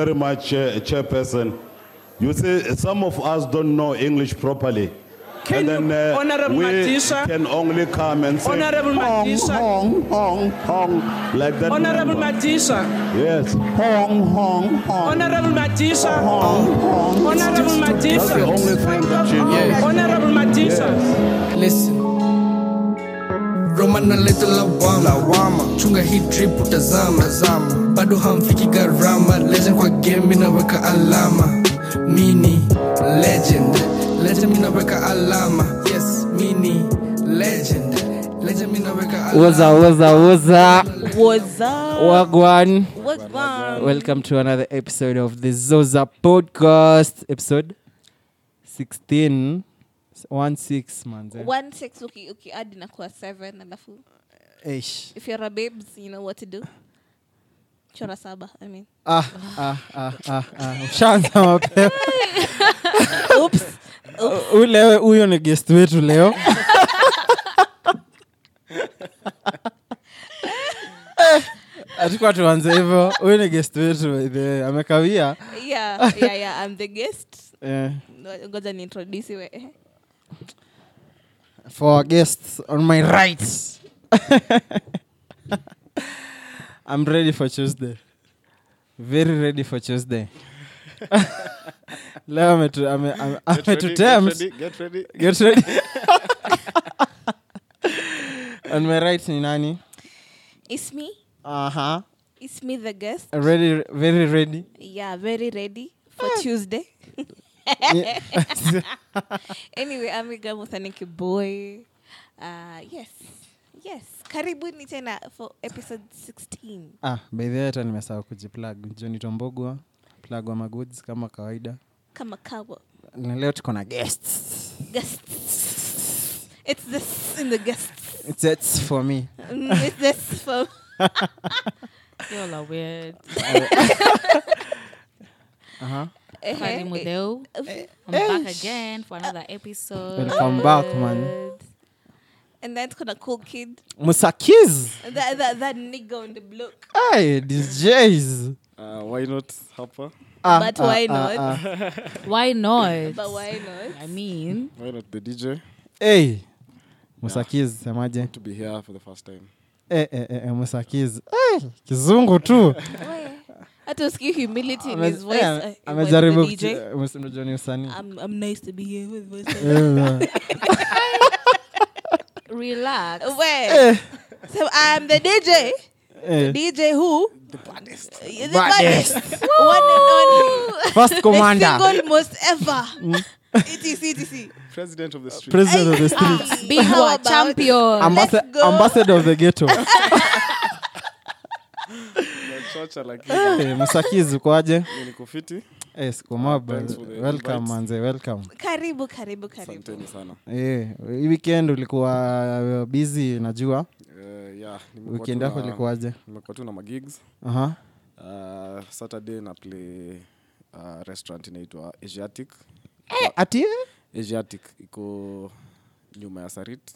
very much, uh, Chairperson. You see, some of us don't know English properly. and Can you- then uh, Honorable we Matisa? can only come and say Honorable hong, Matisa? hong, hong, hong, like that. Honorable member. Matisa, yes, hong, hong, hong. Honorable Matisa, Hong, hong. Honorable That's the Matisa, only thing that she knows. Yes. Honorable Matisa, Listen. Roma naleta lawama lawama chunga hii trip utazama zama bado hamfiki gharama legend kwa game inaweka alama mini legend legend inaweka alama yes mini legend legend inaweka alama What's up, what's up, what's up? What's up? Wagwan. What's up? Welcome to another episode of the Zoza Podcast, episode 16. S- One six man. eh? One six uki ukiadd inakuwa seven alafu Eish. if you're a babes you know what to do chora saba I mean. Ah, ah, ah, ah, ah. Ushaanza mapema. Oops. Ule huyo ni guest wetu leo. Eh, Hatukuwa tuanze hivyo. Huyu ni guest wetu by the way. amekawia. yeah yeah yeah I'm the guest Eh. Ngo- ngoja niintroduce we eh. for our guests on my right. I'm ready for Tuesday. Very ready for Tuesday. Leo ametu- ame- ame- ametutempt. Get ready. on my right ni nani? it's me Uh-huh. it's me the guest Ready, very ready. yeah very ready for Tuesday Yeah. anyway I'm Iga Muthaniki boy uh, yes yes karibuni tena for episode 16 ah, by the way hata nimesaa kujiplug. Joni Tombogwa, plug wa magoods kama kawaida. kama kawa Na leo tuko na guests. guests. It's this in the guests. It's, it's for me. Mm, It's this for Y'all are weird. Uh-huh. Kwani Mudeu, Eh, I'm back again for another episode. Welcome back, man. and then it's gonna cool kid. Musakiz. That that that nigga on the block. Hey, DJs. Uh, why not hapa? Ah, But why not? Why not? But why not? I mean, Why not the DJ Hey. Musakiz, semaje? to be here for the first time? Eh, eh, eh, eh, Musakiz. Hey, kizungu tu. Hata usikii humility in Ame- his voice. eh, uh, in voice of Amejaribu the DJ. kutu- eh, mus- unajua ni usanii. I'm I'm nice to be here with voice. of- Eh, relax. Wait. So I'm the DJ. eh. DJ who? The baddest. Baddest. The baddest. One and only. First The commander. single most ever. E ETC, ETC. President of the street. President of Mm. the streets. Aye. Big ah, How war about- champion. Ambassa- let's go. ambassador of the ghetto. The church are like Eh, Musakiz ukoaje? niko fiti. Eh, siku mob. Thanks for the Welcome invite. manze, welcome. Karibu, karibu, karibu. Asanteni sana. Eh, hii weekend ulikuwa uh, busy najua. Uh, yeah, nimekuwa Weekend tu yako na- ilikuwaje? Nimekuwa tu na magigs. Aha. Uh, Saturday na play uh, restaurant inaitwa Asiatic. Eh, ati eh? Asiatic iko nyuma ya Sarit,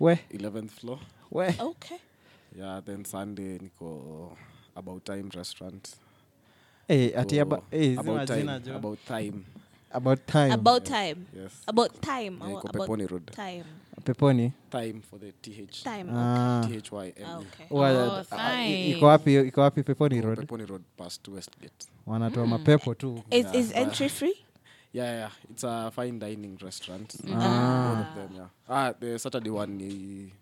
we 11th floor. we Okay. Yeah, then Sunday niko About Time restaurant. Eh, ati So, aba- eh, zima Oh, about, jina time, jo. about time. about time About time. Yes. About time. Yeah, or iko about Peponi Road. time. peponi Time for the TH. Time. Ah. THYME. Ah, okay. Wa- Oh, ah, i- fine. iko wapi iko wapi peponi road Peponi Road past Westgate. wanatoa mapepo tu Is, is entry free? Yeah, yeah, yeah. it's a fine dining restaurant. Mm. One of them, yeah. Ah, the Saturday one ni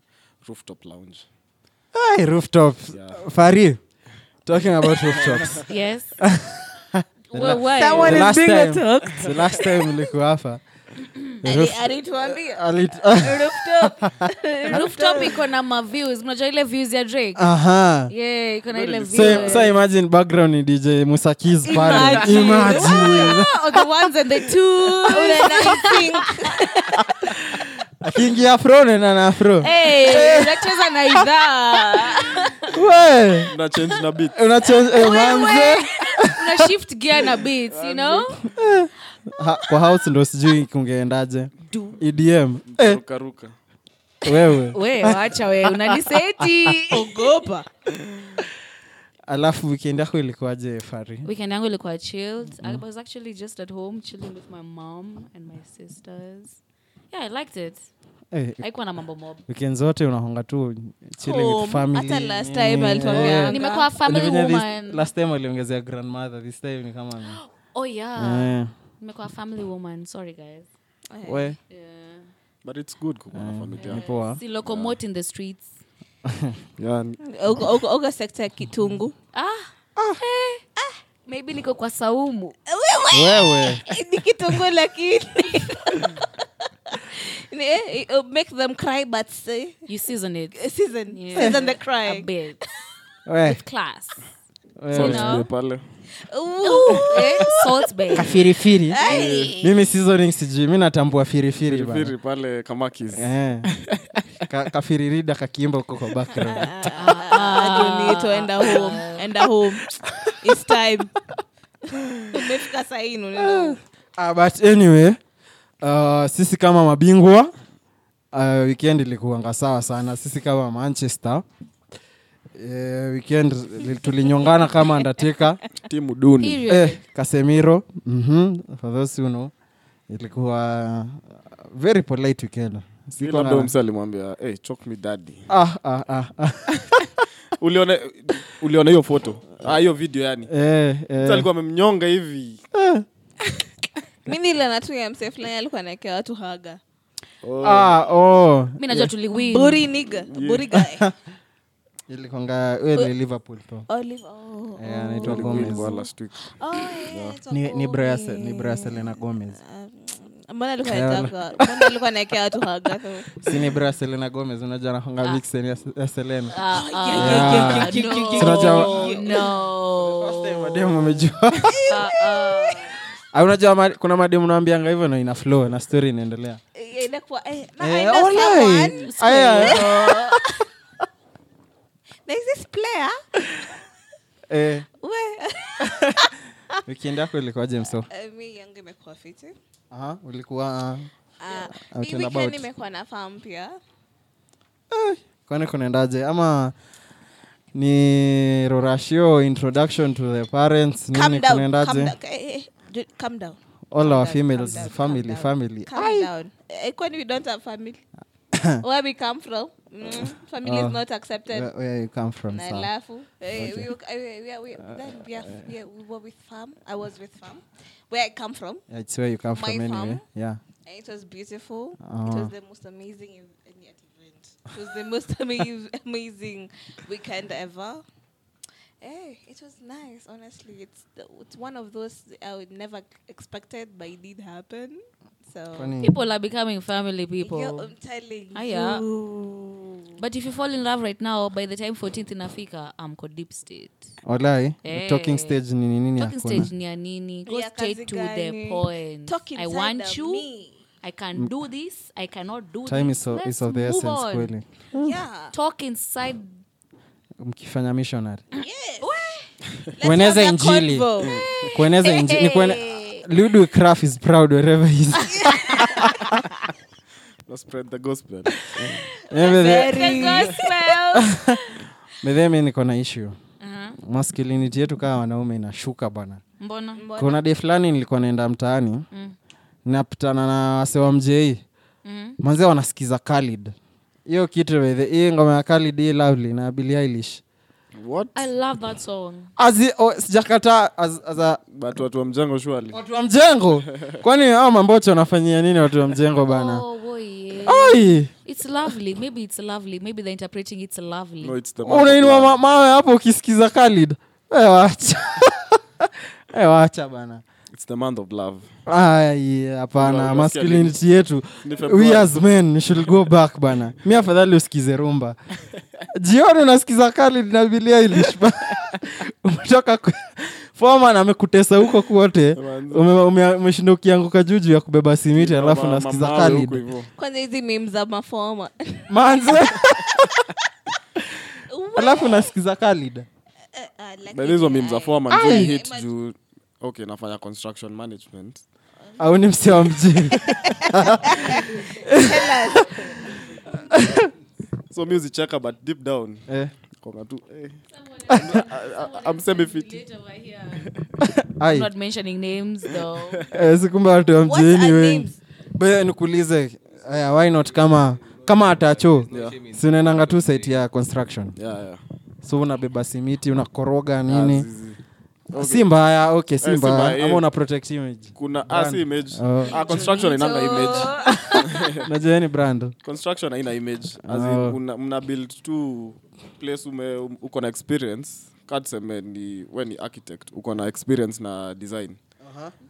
rooftop lounge. Ai, rooftop Yeah. fari talking about rooftops Yes. well, why? Someone The is last being time. attacked. the last time nilikuwa hapa the roof- Alituambia. alit- Rooftop. Rooftop iko na ma views. Mnajua ile views ya Drake? aha Yeah, iko na ile so, views. so imagine background ni dj musakiz pale Imagine. imagine Oh, the ones and the twos. akiingia fro nena na fro Eh. hey, unacheza na idhaa. we Na change na beat. unacheza eh, manze Una shift gear na beats, you know? ha, kwa house ndo sijui kungeendaje edm eh, Ruka ruka. wewe We, wacha we, unaniseti. Ogopa. alafu weekend yako ilikuwaje fari Weekend yangu ilikuwa chilled. I was actually just at home chilling with my mom and my sisters. Yeah, I liked it. eh, Haikuwa na mambo mob. weekend zote unahonga tu chilling with Home. family. Hata last nini, time eh. alituambianga. Nimekuwa Ni family venye this- woman. last time aliongezea grandmother this time ni kama ni- Oh yeah. eh, Nimekuwa family woman. Sorry guys. we Yeah. but it's good kukuwa na ni familia poa Si locomote in the streets. yeah, Uko- uko- uko sekta ya kitungu Ah. Eh. Maybe niko kwa saumu. wewe ni kitungu lakini Ni- eh, eh, make them cry but say, You season it. season Yeah. season the A crying bit. we Class. wewe know? pale Ooh. Eh, Salt bay. kafirifiri Eh. mimi seasoning sijui mi natambua firifiri bana. Firifiri pale kamakis Eh. Ka- kafiririda kakiimba huko kwa background Ah, Jonito, enda home enda home its time umefika saini unaenda Ah, but anyway uh, sisi kama mabingwa uh, weekend ilikuanga sawa sana sisi kama manchester Uh, weekend li- tulinyongana kama undertaker timu duni Period. eh, kasemiro mm for those who know ilikuwa uh, very polite weekend Si Siko labda na- mse alimwambia hey, chok me daddy ah, ah, ah, ah. uliona uliona hiyo foto Ah, hiyo video yani Eh, eh. Mtu alikuwa amemnyonga hivi mi nile natu ya msee fulani alikuwa naekea watu haga Ah, oh. Mi najua tuliwin. buri niga buri guy ilikonga wewe ni liverpool po Olive, oh, Eh, anaitwa Win Gomez. kwa last week. oh, yeah, it's ni, a ni, boy. Brea- ni Brea Selena Gomez. Ah, mbona alikuwa anaitanga- mbona alikuwa naekea watu haga si ni Brea Selena Gomez unajua anakonga Ah. vixen ya, ya Selena Ah, ah, Yeah. no. Tunajua- oh. No. mademu amejua Ah, ah. Ah, unajua ma, kuna mademu naambianga hivyo na ina flow na story inaendelea Eh, inakuwa, eh, na I Eh, Ah, know walai. someone. Aya, There's this player. eh, We- weekend yako ilikuwaje mso Eh, mi yangu imekuwa fiti Aha, ulikuwa uh, Ah, Out mi and weekend about. imekuwa na farm pia kwani kunaendaje ama ni rorashio introduction to the parents Calm nini down, calm kunaendaje down. Eh, eh, ju- calm down all our Calm down, females calm down, family calm down. family Calm down. Eh, kwani we don't have family where we come from mm, family Oh. is not accepted where, where you come from na sir? alafu eh, we- eh, we- we- then we are- we are- we were with farm i was with farm where i come from It's where you come My from anyway. farm. Yeah. And it was beautiful. It Ah. was the most amazing ev- and yet event. It was the most amazing, amazing weekend ever. Hey, it was nice. Honestly, it's the, it's one of those I would never expected, but it did happen. So Funny. People are becoming family people. yo, um, I'm telling Aya. you. But if you fall in love right now, by the time 14th inafika, I'm ko deep state. Walai, Eh. talking stage nini nini Talking hakuna. stage ni ya nini? Go Ni ya straight kazi to the gani? point. Talk I inside want of you. me. I can do this. I cannot do Time this. is, o- Let's is of the move essence on. kweli. Yeah. Talk inside. Mkifanya missionary. yes. Let's Kueneza have a injili. Hmm. convo. Kueneza injili ni kuene Ludwig Craft is proud wherever he is. Eh, Na spread the gospel Maybe Very. mimi niko na issue. Masculinity yetu kama wanaume inashuka bwana. Mbona? Mbona? Kuna day fulani nilikuwa naenda mtaani. Napitana na wase wa mjei. Manze wanasikiza Khalid. Hiyo kitu by the hii ngoma ya Khalid hii lovely na Billie Eilish. what I love that song. Azi, oh, sijakata as, as a, but watu wa mjengo shwali watu wa mjengo kwani hao mambocho wanafanyia nini watu wa mjengo bana Oh boy. ai It's lovely. Maybe it's lovely. Maybe they're interpreting it's lovely. no it's the man unainua of ma- mawe hapo ukisikiza Khalid Eh, wacha Eh, wacha bana love. it's the month of love ai hapana Unasikia masculinity yetu Ni we Februari. as men should go back bana mi afadhali usikize rumba jioni unasikiza Khalid na Billie Eilish ba- umetoka ku- foreman amekutesa huko kote ume- ume- umeshinda ukianguka juu juu ya kubeba simiti alafu Ma- nasikiza mamawe huko Khalid hivyo. Kwanza hizi meme za mafoma. manze alafu nasikiza Khalid Eh, ah, lakini- But hizo meme za foreman Ai. zili hit juu okay nafanya construction management au ni msia wa mjini Tell us. so music checker but deep down Eh, konga tu eh. I'm amseme fiti Ai, Not mentioning names though. eh, si kumbe watu wa What are mjini wengi names? be nikuulize aya why not kama kama atacho Yeah. si unaendanga tu site ya construction yeah, yeah. so unabeba simiti unakoroga nini Ah, zizi. Okay. si mbaya okay si Eh, si mbaya, mbaya eh. ama una protect image kuna ah, si image Oh. ah, construction inanga Oh. image najua ni brand construction haina image As in, Oh. una- mna build tu place ume um- uko na experience katseme ni we ni architect uko na experience na design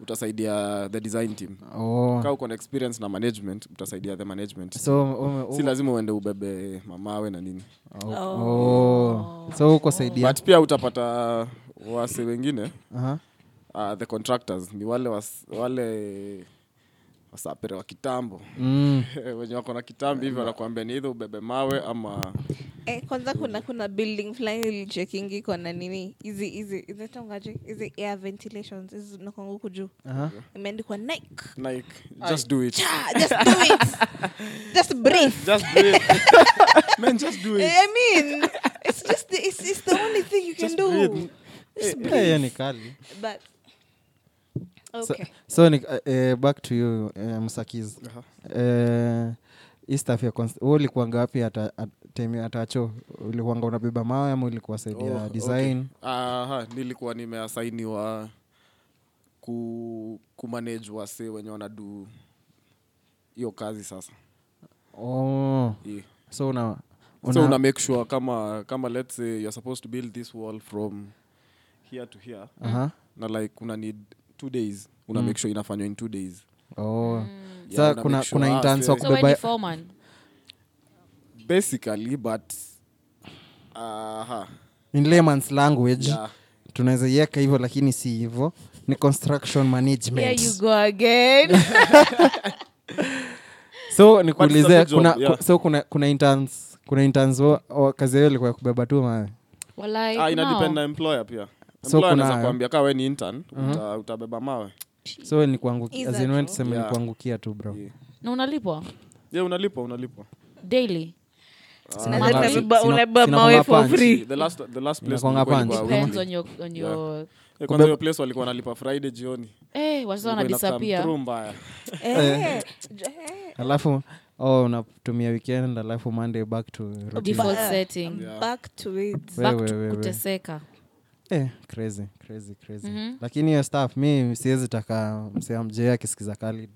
utasaidia the design team oh. ka uko na experience na management utasaidia the management so ume- si lazima uende ubebe mamawe na nini oh. so uko saidia but pia utapata wase wengine Aha. uh, the contractors ni wale was, wale wasapere wa kitambo wenye wako na kitambi hivyo wanakuambia ni hidho ubebe mawe ama Eh, kwanza kuna kuna building fulani ilichekingi iko na nini hizi hizi inatongaje hizi air ventilations hizi zinakwanga huku juu Uh-huh. imeandikwa Nike like just do it Ah, just do it just breathe just do it man just do it I mean it's just the, it's, it's the only thing you can Just do breathe. just Eh, hiyo ni kali but So- okay so ni, eh, eh, back to you eh, msakiz eh, hii staff ya cons- wewe ulikuanga wapi ata- at- time ya atacho ulikuanga unabeba mawe ama ulikuwa saidia Oh, design okay. Aha, nilikuwa nimeasainiwa ku kumanage wase wenye wanadu hiyo kazi sasa oh. yeah. so una, una, so una make sure kama kama let's say you're supposed to build this wall from here to here Aha. na like una need two days una Mm. make sure inafanywa in two days oh. Yeah, Sasa una kuna, make sure, kuna ah, interns wa so- So we're the kubeba foreman. basically but aha in layman's language Yeah. tunaweza iweka hivyo lakini si hivyo ni construction Here management you go again. so But it's a nikuulize good job, kuna, yeah. ku- so kuna kuna interns kuna interns wa- wa- kazi yao ilikuwa ya kubeba tu mawe Walai, ah, ina kunao. depend na employer So pia Mm-hmm. employer kuna- anaweza kuambia kaa we ni intern uta, utabeba mawe so ni kuangukia Is as in that when true? tuseme ni Yeah. kuangukia tu bro Yeah. na unalipwa ye unalipwa unalipwa daily Sina Unaweza mawe- kubeba- sina- unabeba sina mawe kwanga for punch. free. the last, the last place Inakuanga nilikuwa ilikuwa punch. depends weekly. on your on your Eh, kwanza hiyo place walikuwa wanalipa friday jioni eh wazee Ilikuwa inakaa wanadisappear through mbaya eh, j- eh, alafu oh, unatumia weekend alafu monday back to routine. default Ba- setting eh, back to it Wewe, back to wewe, wewe. kuteseka Eh, crazy, crazy, crazy. lakini hiyo staff mi siwezi taka msea mjee akisikiza kalid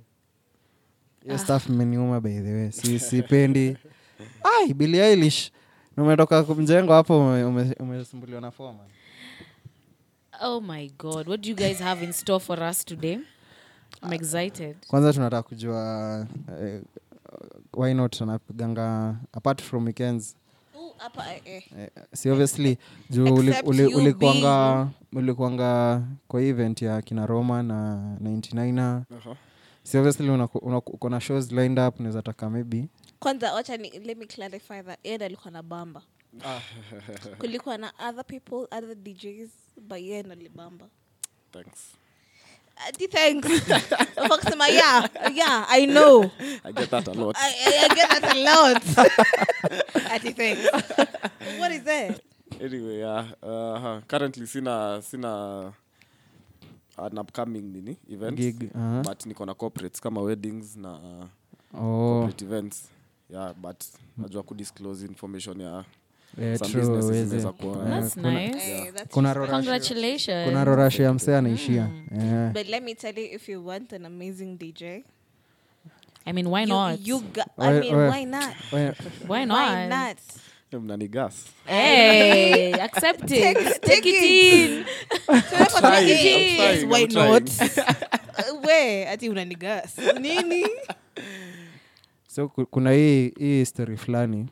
hiyo staff mmeniuma by the way si, sipendi ai bili ailish umetoka mjengo hapo ume- ume- umesumbuliwa na foma oh my god what do you guys have in store for us today i'm excited kwanza tunataka kujua eh, why not anapiganga apart from weekends Ooh, hapa, eh, eh. Eh, si obviously juu uli- Except uli- you ulikuanga ulikuanga kwa hii event ya kina roma na 99 Aha. si obviously unaku- unaku- uko na shows lined up unaweza taka maybe kwanza wacha ni let me clarify that ed alikuwa na bamba Ah. kulikuwa na other people other djs but ye nalibamba Thanks. Ati Ah, thanks Of course, ma- yeah yeah i know I get that a lot. i, I, I get that a lot Ati thanks what is that anyway yeah, uh, currently sina sina an upcoming nini events Gig, uh-huh. aha. but niko na corporates kama weddings na uh, oh, corporate events yeah but najua kudisclose information ya eh, some true, businesses uweze. zinaweza kuwa- Eh, that's kuna- nice Eh, that's kuna just- rora- congratulations kuna rorasho ya msee anaishia Eh, but let me tell you if you want an amazing dj i mean why you, not you got i Why- mean why- why not we- why not why not Eh, mnanigas hey accept it Take- take, take it it. in Tunaweza trying, kuongea I'm hii. trying, Why I'm trying. not? Uh, we ati unanigas nini so ku- kuna hii hii story fulani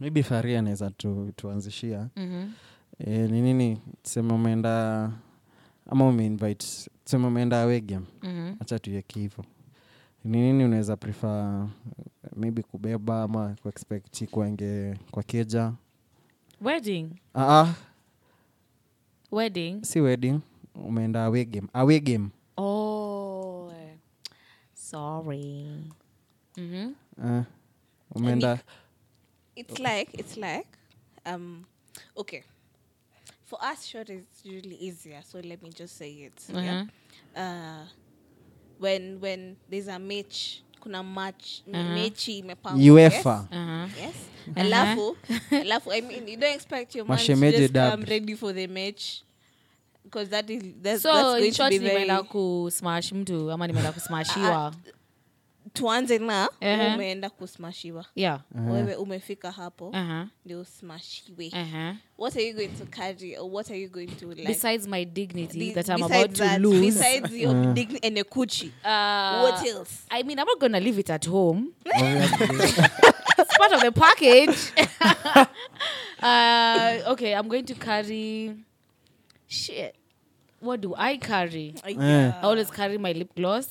maybe fari anaweza tu, tuanzishia Mhm. e, ni nini tuseme umeenda ama umeinvite tuseme umeenda awegem Mhm. hacha tuiweke hivo ni nini unaweza prefer maybe kubeba ama kuexpect kuange kwa keja wedding ah, ah, wedding si wedding umeenda Ah, awegem awegem oh sorry mhm uh, umeenda Yaani, it's like it's like um, okay. For us, short is usually easier. So let me just say it. Yeah. Mm-hmm. Uh, when when there's a match, kuna match, Mm-hmm. mechi imepangwa. uefa Yes. Uh-huh. Yes. Alafu, alafu, I mean, you don't expect your man to Mashemeji just come dubbed. ready for the match. Because that is, that's, so in that's going short to be very... nimeenda kusmash mtu ama nimeenda kusmashiwa tuanze na Ehe. umeenda kusmashiwa yeah wewe umefika hapo uh-huh. ndio usmashiwe Uh-huh. what are you going to carry or what are you going to like besides my dignity be- that i'm besides about to that, lose besides your dignity and your coochie uh, what else I mean, I'm not gonna leave it at home. it's part of the package. uh, okay, I'm going to carry. Shit, what do I carry? I always carry my lip gloss.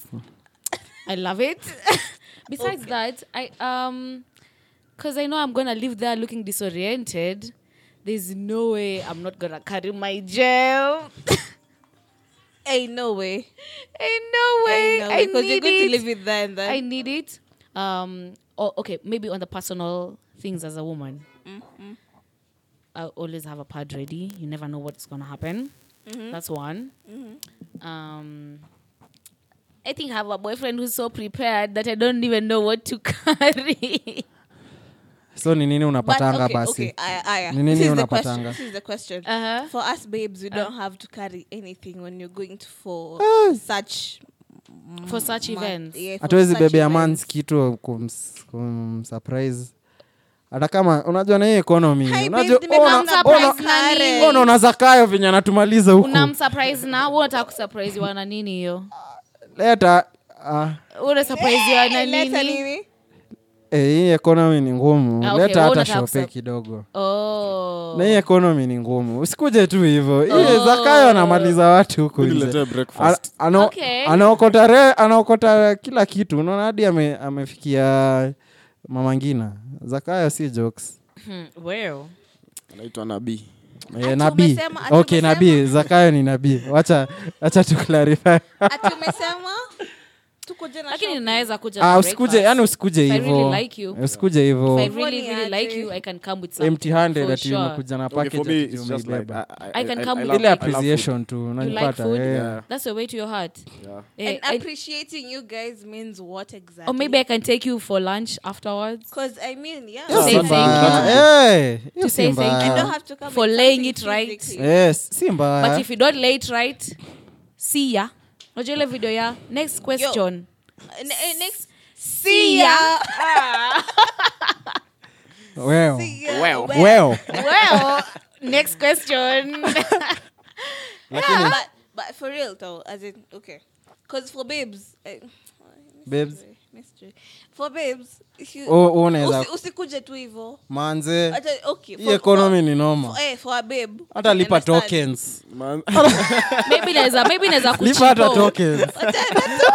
I love it. Besides that, I um, because I know I'm gonna live there looking disoriented. There's no way I'm not gonna carry my gel. hey no way Ain't no hey, way. no I because need you're going it. to live with that and that I need it. Um, or okay, maybe on the personal things as a woman. Mm-hmm. I always have a pad ready. You never know what's gonna happen. Mm-hmm. That's one. Um, I think I have a boyfriend who's so prepared that I don't even know what to carry. so ni nini But unapatanga okay, basi okay, aya, aya. Ni nini This is the unapatanga? question. This is the question. Uh-huh. For us babes, we don't have to carry anything when you're going to for such For such ma- events. Mm, yeah, for Ah. hatuwezi such bebea events. mans kitu kums- kumsurprise hata kama unajua na hii ekonomi Hi, unajua babe, nimekuwa ona- msurprise ona- nani? ona unaza kayo venye anatumaliza huku unamsurprise na unataka kusurprise na nini hiyo leta ah, unasurprise na Leta nini nini? eh, hii ekonomi ni ngumu Ah, okay, leta wewe hata unataka shope kusurp- kidogo oh na hii ekonomi ni ngumu usikuje tu hivo oh. zakayo anamaliza watu huku Mimi nje. niletee breakfast. Ana- ana- Okay. anaokota re- anaokota kila kitu unaona hadi ame- amefikia mama ngina zakayo si jokes Hmm. well anaitwa nabii Eh, nabii umesema- ati okay umesema. nabii zakayo ni nabii wacha wacha tu clarify Ah, Ati umesema tuko jana lakini shopping. naweza kuja ah, for usikuje breakfast. yani usikuje If I really hivo like you. usikuje hivo if I really, Mboni really like aje. you, I can come with something. empty handed for ati sure. umekuja na Okay, for package me, ati it's just like, umeibeba. I- I can I- come I with- love- ile I love food. appreciation tu You like unanipata food? eh. Yeah. That's the way to your heart. Yeah. Eh, And I- appreciating you guys means what exactly? or maybe I can take you for lunch afterwards. Because I mean, yeah. Hiyo say si thank mbaya. you. Ah, Eh, hiyo To si say thank you. I mbaya. don't have to come For with laying something it right. physically. Yes, si mbaya. But if you don't lay it right, see ya. Unajua ile video ya next question. N- n- eh, next, See ya. Well. yeah, Well. well, Well. well, next question. yeah, but but for real though, as in okay, because for babes, I, Babes. mystery. for babes, if you Oh, oh, unaweza- usi, usikuje tu hivyo. manze Ata- Okay, hii ekonomi ni noma For, eh, for a babe, hata I lipa understand. tokens Man- maybe naweza maybe naweza lipa hata kuchipo. tokens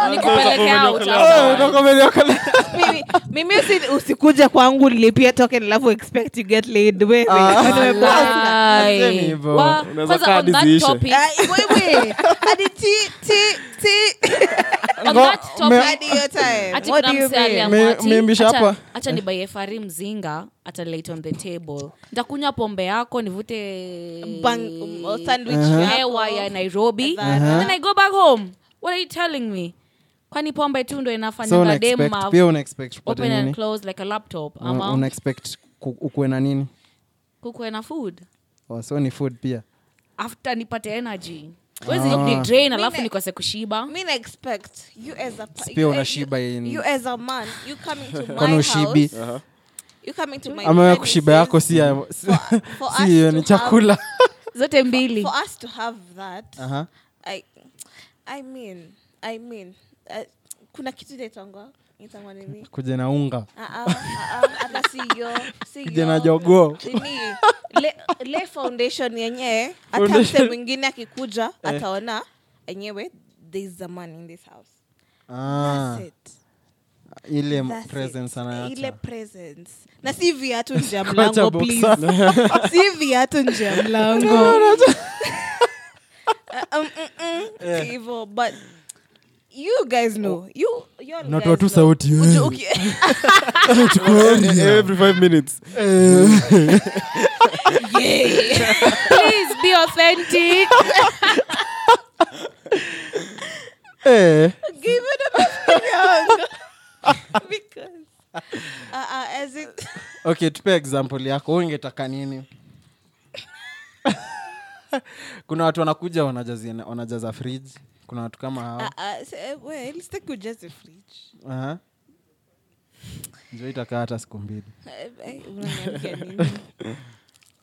Nikupeleke out. Eh, afterwards. unakomedia kule. Mimi- mimi usi- usikuja kwangu nilipia token alafu expect you get laid Wewe- Ah. Alright. Sema hivyo. Wa- Unaweza kwanza kaa on that diziishe. topic- Ah, wewe hadi ti ti ti on that me- topic, hadi your time Ati what kuna do you msee mean aliamua Me- ati, meembisha acha- hapa. acha nibaie fari mzinga ata late on the table ntakunywa pombe yako nivute Bang- um, or sandwich Uh-huh. hewa ya yako. nairobi That- then i go back home what are you telling me kwani pombe tu ndo so inafanyanga dem unaexpect ma- pia unaexpect upate open and nini close like a laptop Una- ama unaexpect ku- ukuwe na nini kukuwe na food Oh, so ni food pia after nipate energy wezi nidrain alafu nikose kushiba I mean, I expect you as a pa- Sipia you, unashiba you, in- you as a man you coming to my kwani ushibi house you coming to my ama wewe premises kushiba yako si ya- for si us hiyo to ni have- chakula zote mbili for us to have that Aha. I I mean I mean uh, kuna kitu inaitwanga inaitwanga nini kuja na unga Ah, ah, ah, ah, hata siyo kuja na siyo jogoo nini le, le foundation yenyewe hata Foundation. Eh. mse mwingine akikuja ataona enyewe there is a man in this house Ah, That's it. ile That's presence it. anaacha. ile presence na si viatu nje ya Kwacha mlango boxer. please si viatu nje ya mlango Uh, um, mm, mm, hivyo but you guys Oh. know you you all Unatoa guys tu know. sauti eh. Uju- uki- every five minutes Please be authentic. Eh, Give it a bit young. because uh, uh, as it okay tupe example yako ungetaka nini kuna watu wanakuja wanajazia- wanajaza fridge kuna watu kama uh, hao uh, say, well, stick with just the fridge. Aha. njo itakaa hata siku mbili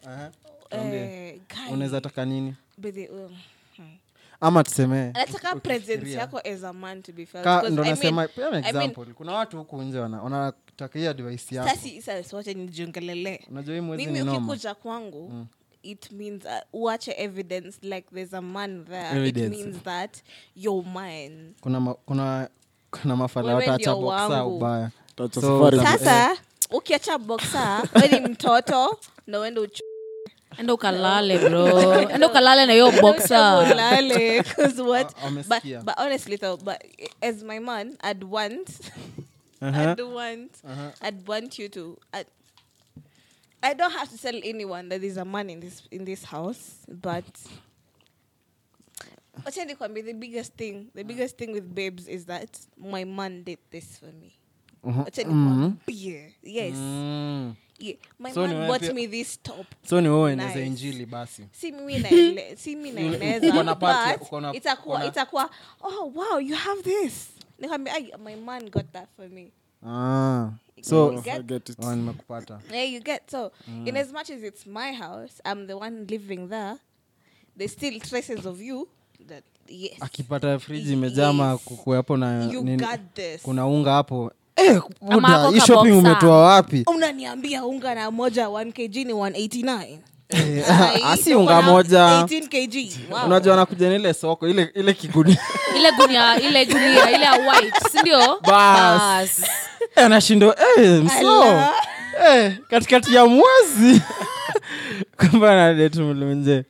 Uh, eh, unaniambia nini? Eh, guy, unaweza taka nini by the- um, hmm. ama tusemee nataka presence yako as a man to be felt. Ka- Because ndo I mean- nasema peana I mean, example kuna watu huku nje wana- wanataka hiyo advice yako sasa si- sasa wacha nijiongelele unajua hii mwezi mimi ni Mm. noma ukikuja kwangu it means uh, uache evidence like there's a man there Evidence. it means that you're mine kuna, ma, kuna, kuna mafala Wewe watacha ndio boksa wangu. ubaya Tacha So- eh, safari. sasa ukiacha boksa weni mtoto na uende uchu- enda ukalale bro enda ukalale na hiyo boxer ulale 'cause what Ah, but, wamesikia. but honestly though but as my man i'd want Uh-huh. I'd want I'd want you to I, I don't have to tell anyone that there's a man in this in this house, but Wacha nikwambie, the biggest thing the biggest thing with babes is that my man did this for me. Wacha nikwambie. Yes. Uh-huh. Mm-hmm. mm. Yeah. My So man niwape- bought me this top. so ni wewe ueneze Nice. injili basi si mimi naele- si mimi Ule- naeleza uko na party, but uko na- uko itakuwa na- itakuwa oh wow you have this nikwambia "Ay, my man got that for me ah. so Mm. You get- Forget it. oh, nimekupata Yeah, you get so. In as much as it's my house, I'm the one living there. There's still traces of you. That yes, akipata friji imejaa makuku hapo na you nini- got this. kuna unga hapo eh, buda, ako hii shopping kaboksa. umetoa wapi unaniambia unga na moja 1 kg ni 189 Eh, Ai, asi uko unga na moja 18 kg wow. unajua nakuja nile soko ile ile kigunia ile gunia ile gunia ile ya white sindio Bas. Eh, anashindwa eh, mso Ala. eh, katikati ya mwezi kwamba nadetu mlunje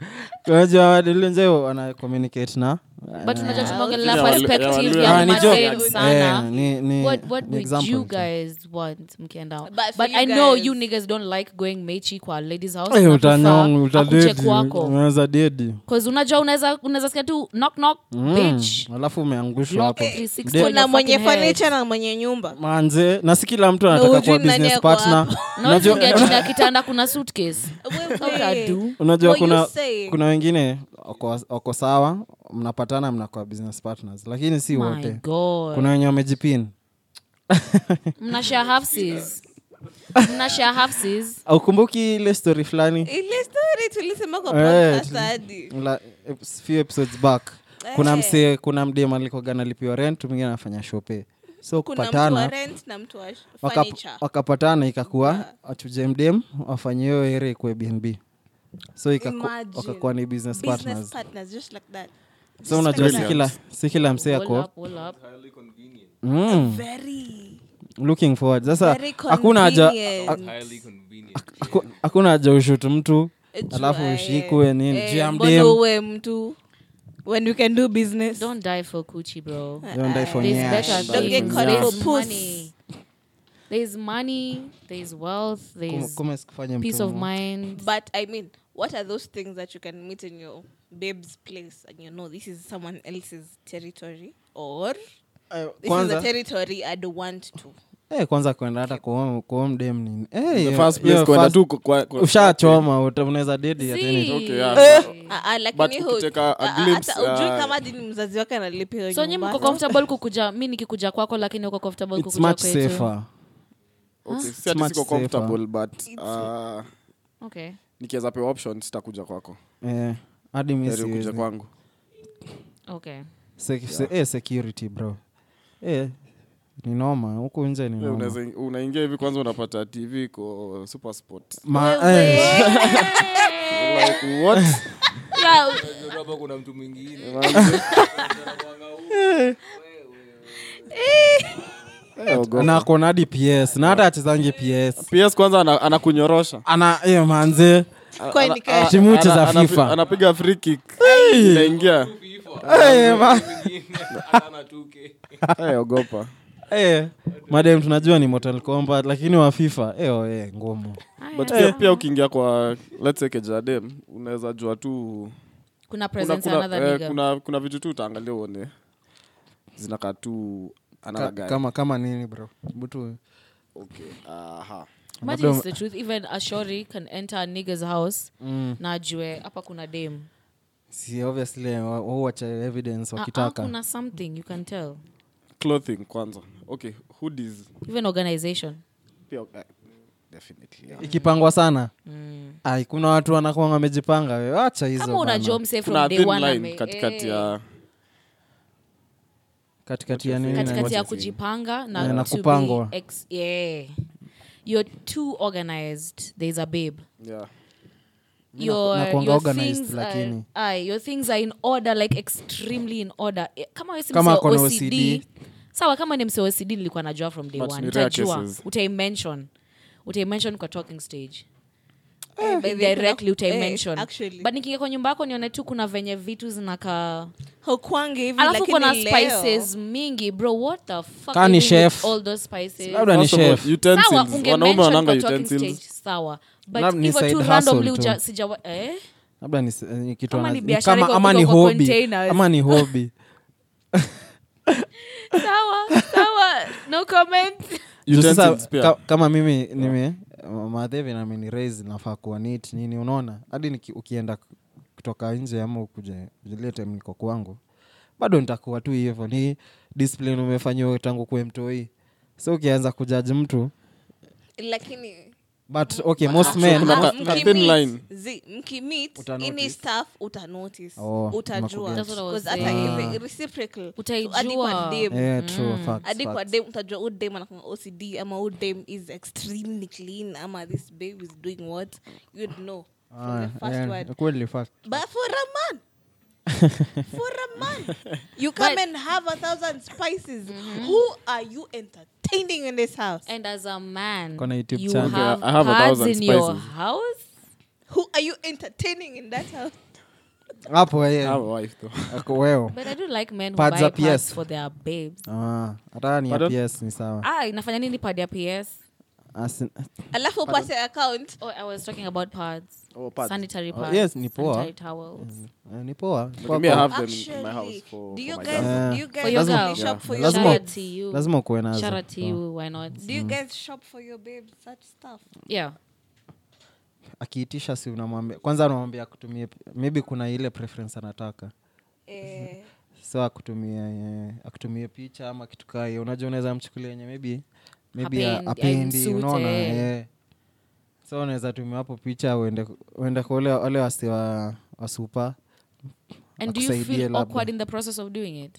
unajua wadilunje wana communicate na but Eh. unajua tunaongelea Ya wale- ya perspective wale- ya Ah, ni joke. masai sana Eh, ni- ni- what what ni would example you tu. guys want mkienda out? But for but you i know guys- you niggas don't like going mechi kwa ladies house Eh, Na utanyong- prefer akuchek utadedi, wako unaweza dedi 'Cause unajua unaweza unaweza sikia tu knock knock Mm. bitch Hmm, alafu umeangushwa Lock hapo 360 De- on your kuna mwenye fucking head. furniture na mwenye nyumba manze na si kila mtu anataka hujui kuwa nani business ako partner hapo. Na Unajua- ukiingia chini ya kitanda kuna suitcase Wewe- utadu unajua What you kuna saying? kuna wengine wako- wako sawa mnapatana mnakuwa business partners lakini si my wote god kuna wenye wamejipin mnashare halfsies mnashare halfsies aukumbuki ile story fulani ile Eh, story tulisema kwa Eh, podcast tuli- hadi la, eps- few episodes back Eh. kuna msee kuna mdem alikoga nalipiwa rent mwingine anafanya shope so kuna mtu wa kupatana rent na mtu wa sh- waka- furniture wakapatana ikakuwa achuje mdem wafanye hiyo ere ikuwe bnb so ikaku- Imagine. wakakuwa ni business business partners partners just like that so unajua si like kila si kila msee Hold ako up, hold up. mm, very looking forward sasa Very hakuna haja convenient. ha- haku- hakuna haja ushutu mtu Juu, alafu eh, ushikwe nini juu ya eh, mdem mbona uwe mtu when you can do business don't die for coochie bro Don't die for There's nyash. better Don't get things. caught for There's puss. money. There's money. There's wealth. Kum- There's kumbe sikufanye mtu peace of mu- mind. but i mean what are those things that you can meet in your babe's place and you know this is someone else's territory or Eh, this is kwanza- a territory i'd want to Eh, kwanza kuenda hata kuomdem nini Eh, The hiyo- first hiyo place kwenda first- tu kwa- kwa- kwa- ushachoma uta- unaweza dedi at any- See? Okay, yeah. Ah, ah, lakini But hu- ukiteka a ah, ah, glimpse, hata ujui ah, kama dini mzazi wake analipa hiyo so nyi nyumba. mko comfortable kukuja mi nikikuja kwako lakini uko comfortable It's kukuja much kwetu safer. Ah, Okay, si ati much siko safer. comfortable, but, ah, okay nikiweza pewa option sitakuja kwako Eh, hadi mi heri siwezi. ukuje Yaani kwangu okay Sec- se- eh, security bro Eh, ni noma huku nje ni Yeah, noma unaweza- unaingia hivi kwanza unapata tv ko super sport Ma- eh, like, what yeah, Oh, eh, na ako na hadi ps na hata achezangi ps ps kwanza ana- anakunyorosha ana eh, manze Kwa ni Ana- cash. Timuti ana- za ana- FIFA. anapiga free kick inaingia Eh, ma- Eh, ogopa eh, madem tunajua ni mortal combat lakini wa fifa eh, oh, eh, ngumu but pia, pia ukiingia kwa let's say kejadem unaweza jua tu kuna kuna, presence kuna, another eh, nigga. kuna, kuna vitu tu utaangalia uone zinakaa tu Ka, another guy. kama kama nini bro butu Okay, aha. Imagine it's the truth even ashori can enter a nigger's house Mm. na ajue hapa kuna dame si obviously wa- wao wacha evidence Ah, ah, wakitaka kuna something you can tell clothing kwanza okay hoodies even organization pia eh, definitely yeah. ikipangwa sana ai kuna watu wanakuwa wamejipanga we wacha hizo Mm. kama bana. unajua mse kuna from day thin one line ame- katikati eh, ya katikati ya nini na katikati ya nini. kujipanga na, Yeah, Eh, na to be kupangwa. ex- yeah. you're too organized there's a babe yeah. your, nakuanga your, organized, things lakini. are, aye, your things are in order like extremely in order Eh, kama wewe si Kama msee ako na wa OCD. sawa kama ni msee wa OCD nilikuwa najua from day But one ni rare utajua cases. utaimention utaimention kwa talking stage Eh, by the way, directly kuna- utaimention eh, actually. but nikiingia kwa nyumba yako nione tu kuna venye vitu zinakaa haukwangi hivi alafu lakini kuna leo- spices mingi bro what the fuck Kaa ni are you doing with chef. all those spices Labda ni First of all, chef. utensils. Sawa, wanaume ungemention wananga kwa talking stage, utensils sawa Na- but ni hivyo tu side randomly hustle tu. uja- sijawa- eh? labda ni, s- ni kitu Ama ana- ni ni biashara kama- iko ama ni huko kwa hobi containers. ama ni hobi sawa sawa no comment Juu sasa Utensils pia. ka- kama mimi nime madhevi nameniraise nafaa kuwa nit nini unaona hadi niki- ukienda k- kutoka nje ama ukuja ile time niko kwangu bado nitakuwa tu hivyo ni discipline umefanyiwa tangu kuwe mtoi so ukianza kujaji mtu lakini but okay most men kuna ka- mki- ka- thin meet- line. zi- mkimeet Uta ini notice. staff utanotice Oh, utajua nimekuget. That's what I was 'Cause hata saying. ile reciprocal Utaijua. hadi kwa dem. Yeah, Eh, true, facts, Mm. hadi kwa facts. dem utajua huyu dem anakuwa ocd ama huyu dem is extremely clean ama this babe is doing what you'd know from Ah, the first yeah, word kweli fact. But for a man, for a man, you come and have a thousand spices. Who are you entertaining in this house? and as a man Kona YouTube you channel. have, Okay, I have a cards thousand in your spices. house Who are you entertaining in that house? hapo I yeye, have a wife though ako wewe but i do like men who Pads buy za PS. pads for their babes Ah, hata ni ya Pardon? PS ni sawa Ah, ah inafanya nini pad ya ps As in- Alafu upase account. oh, i was talking about pads Oh, pads. sanitary Oh, pads yes, ni poa. sanitary towels eh, ni poa Poa, But me, I poa. have them in my house Actually, for, do for you my guys guys. Yeah. do you guys For your really girl. shop for your Lazima- Shout out babes? to you lazima ukuwe nazo Shout out to you why not Do you guys shop for your babes such stuff? yeah akiitisha si unamwambia kwanza unamwambia akutumie maybe kuna ile preference anataka Eh, so akutumie eh, akutumie picha ama kitu kaa hiyo unajua unaweza mchukulia yenye maybe maybe Hapendi, apendi haimsuit, unaona eh. eh. so unaweza tumia hapo picha uende uende kwa ule- wale wasi wa, wa super and do you Akusaidie feel labda. awkward in the process of doing it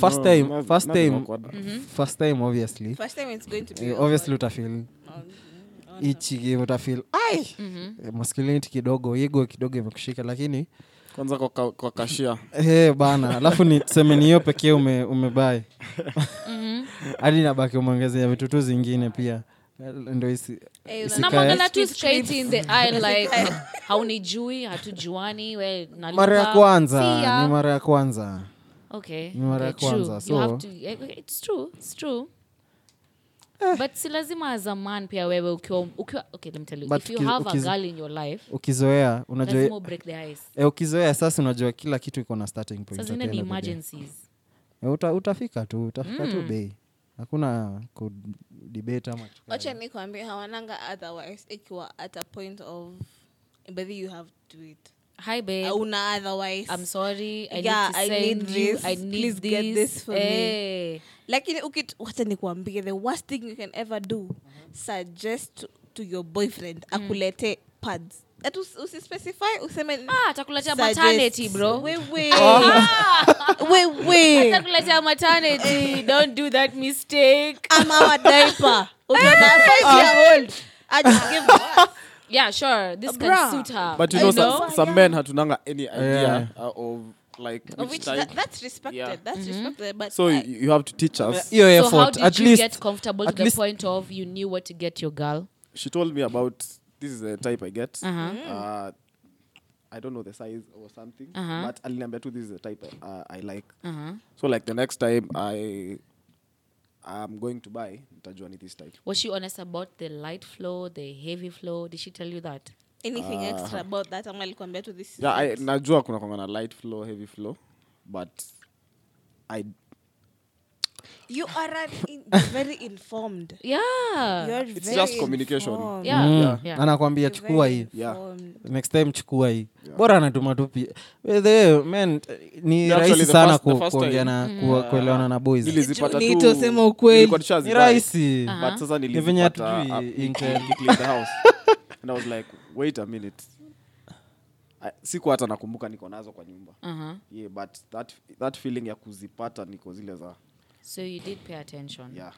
first No, time nothing- first nothing time awkward. Mm-hmm. first time obviously first time it's going to be Eh, awkward. obviously utafeel Um, Mm-hmm. ichi utafeel ai mm masculinity kidogo ego kidogo imekushika lakini kwanza kwa ka- kwa kashia Hey, bana alafu ni tuseme ni hiyo pekee ume, umebai Mhm. hadi nabaki umeongezea vitu tu zingine pia ndo isi eh, Isi- una- Sikae. namwangala tu straight in the eye like haunijui hatujuani we nalipa. mara ya See ya. kwanza ni mara ya kwanza okay Ni mara ya okay, true. kwanza, you so- have to eh, okay, it's true it's true Eh. but si lazima as a man pia wewe ukiwa ukiwa okay let me tell you But if you ukiz- have a ukiz- girl in your life ukizoea lazima unajua ubreak the ice e, ukizoea sasa unajua kila kitu iko na starting saa point at zingine the ni end of the day. emergencies E, uta, utafika tu utafika tu Mm. bei hakuna ku debate ama kitu wacha nikwambie hawananga otherwise ikiwa at a point of but you have to do it hi babe una otherwise i'm sorry Yeah, i need to I send need you this. i need Please this get this for me. Eh. lakini ukit- wacha nikuambie the worst thing you can ever do suggest to, to your boyfriend akulete pads That us- usispecify useme ni- ah takuletea suggest. maternity bro Wewe. Hata wewe kuleta maternity don't do that mistake ama wadaipa ukiona five year old I just give birth. yeah sure this can Bruh. suit her but you know, some, some men hatunanga any idea uh, of like which, Which type that, that's respected Yeah. that's respected but so you, I- you have to teach us hiyo so how effort did at you get least comfortable to at the least- point of you knew what to get your girl she told me about this is the type i get Uh-huh. uh, i don't know the size or something Uh-huh. but aliniambia too this is the type uh, i like uh-huh. so like the next time i i'm going to buy nitajua ni this type Was she honest about the light flow, the heavy flow? Did she tell you that? anything extra about that ama alikwambia tu this is Ah. yeah, I, it? najua kuna kwanga na light flow heavy flow but i you are an in, very informed Yeah. you are It's very just communication. informed. yeah. Mm. yeah. anakwambia You're chukua very hii Yeah. informed. next time chukua hii bora anatuma tu pi- By the way, man, ni Yeah, rahisi actually, the sana first- the ku- first kuongea time, na ku- kuelewana na boys nilizipata Ni tu- tosema ukweli. nilikuwa ni nishazibuy, rahisi but sasa Ni venye nilizipata hatujui up- intel. clean the house and i was like wait a minute I- siku hata nakumbuka niko nazo kwa nyumba Uh-huh. yeah, but that, that feeling ya kuzipata niko zile za So you did pay attention. yeah.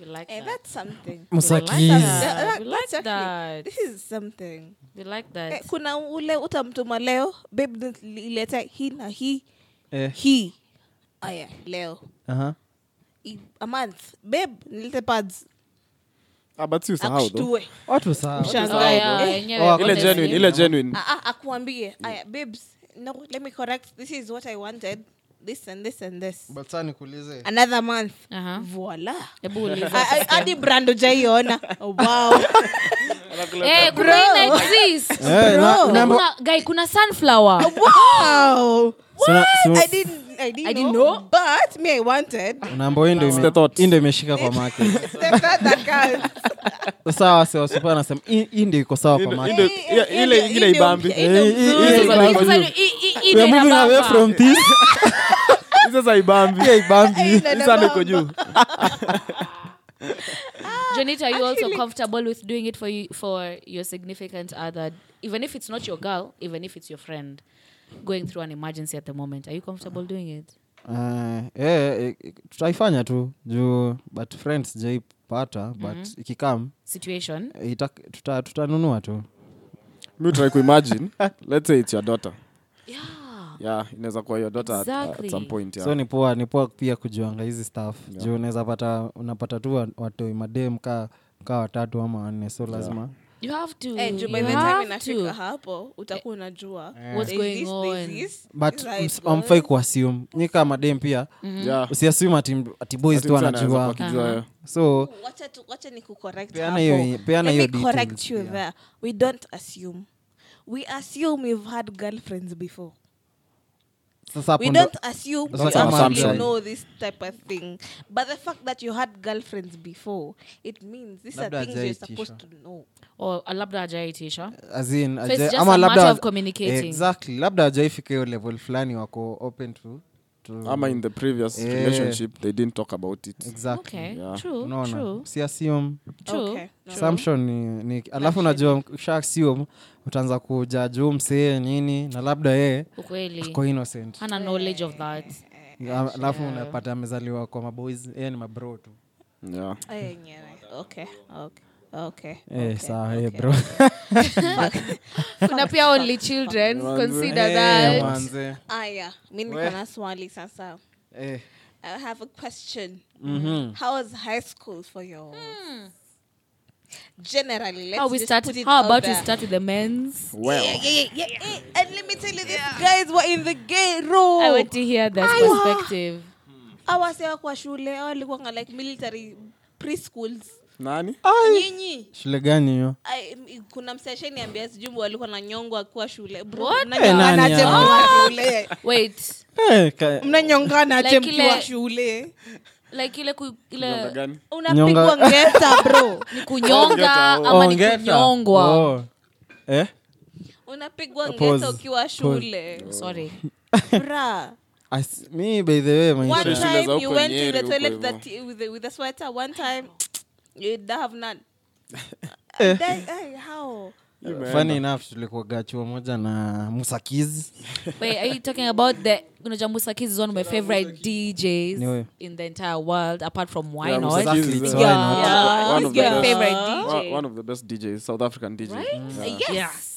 We like Eh, that. that's something We like msakizi that. Yeah, We that- like that's actually- that. this is something We like Eh, that. kuna ule utamtuma leo babe ileta hii na hii Eh. hii aya leo Aha. I- a month babe nilete pads ah, but si usahau though. akushtue watu sawa Ah, yeah, Eh. yenyewe, Oh, ile honestly. genuine ile genuine Ah, ah, akuambie aya babes no let me correct this is what i wanted this and this and this another month Uh-huh. voila Hebu uliza. Ah, ah, hadi brand ujaiona wow Eh, kuna ina exist. Eh, na- Bro. namba- Kuna- guy kuna sunflower wow Sina- sina- I didn't, I didn't, I didn't know, know. But me, I wanted. namba hiyo ndio That's ime- the thought. hiyo ndio imeshika kwa market It's the fact that counts. sawa sewasupa anasema hii hii ndio iko sawa kwa Ndo- market ndo- Eh, eh, yeah, eh, ile- eh, ile eh, ibambi. eh, eh, eh, Eh, eh, Sasa eh, ni- eh, sasa eh, ni- i- i- i- We are ina moving away bamba. from this. hizo za ibambi Hii haibambi. eh, ina Hizo niko bamba. juu Janita, are you also comfortable with doing it for you, for your significant other, even if it's not your girl, even if it's your friend, going through an emergency at the moment? Are you comfortable doing it? Ah, eh, eh, tutaifanya tu juu but friends jaipata but ikikam Situation. eh, ita- tuta- tutanunua tu mi try kuimagine let's say it's your daughter Yeah. yeah inaweza kuwa your daughter at, Exactly. at some point yeah. so ni poa ni poa pia kujuanga hizi staff juu unaweza pata unapata tu wa- watoi madem ka ka watatu ama wanne so lazima You have to. Eh, juu by you the time have inafika to. hapo oh, utakuwa unajua there's What's going this, on. there's this, Eh. but this how it ms- goes. amfai kuassume nyi kama madem pia Mm. yeah. usiassume ati ati boys tu anajua anajua so Wacha tu- wacha nikucorrect Peana hapo. hiyo- peana Let hiyo me details, correct you yeah. there. We don't assume. We assume you've had girlfriends before. sasa hapo We ndo- don't assume That's you like an actually assumption. know this type of thing. But the fact that you had girlfriends before, it means these are Labda things you're hajaitisha. supposed to know. Or uh, labda ajaitisha. as in, it's aja- just ama a matter labda of communicating. exactly labda hajaifika hiyo level fulani wako open to, to ama in the previous Yeah. relationship they didn't talk about it exactly Okay. Yeah. True. unaona True. si assume True. Okay. assumption ni, ni alafu unajua ukisha assume utaanza kujajuu msee nini na labda yeye Ukweli. ako innocent Hana knowledge of that. Ala- alafu unapata amezaliwa kwa maboys yeye ni mabro tu yeah. Eh, yeah, Okay. Okay. Okay. Eh, sawa eh, okay. bro Kuna pia only children. Consider Eh, that. manze. Aya, mi niko na swali sasa. Eh, I have a question. mhm. How was high school for you? Generally, let's Hmm. How we just start? put it How out about we there. start with the men's? Yeah, well yeah, yeah, yeah. Eh, And let me tell you, these guys were in the gay row. I want to hear their perspective. Awasewa kwa shule, hawa walikuwa like military preschools. nani Oh, Nyinyi. shule gani hiyo I- m- kuna msesheni ambia sijumbu walikuwa na nyongo akiwa shule Bro, What? mnanyonga- Eh, nani anaje hawa? mkiwa shule? Wait. Eh, ka- mnanyongana aje Like ile- mkiwa shule Like ile ku, Namba ile gani unapigwa ngeta bro ni kunyonga ama ni Ongeza. kunyongwa. Oh. Eh? unapigwa Pause. ngeta ukiwa shule Sorry. bra As- mi by the way one maisha Sorry, shule za time you huko went to Nyeri the huko toilet hivyo. that with the, with the sweater one time you don't have none Dai- ai, how funny enough tulikuaga chuo moja na musakizi Wait, are you talking about the Unaja Musaki is one of my favorite DJs Niwe. in the entire world, apart from Why Yeah, Not? Musaki. Exactly, Yeah. it's why not? Yeah, One he's of the your best. favorite One, DJ. one of the best DJs, South African DJ. Yeah. Yes.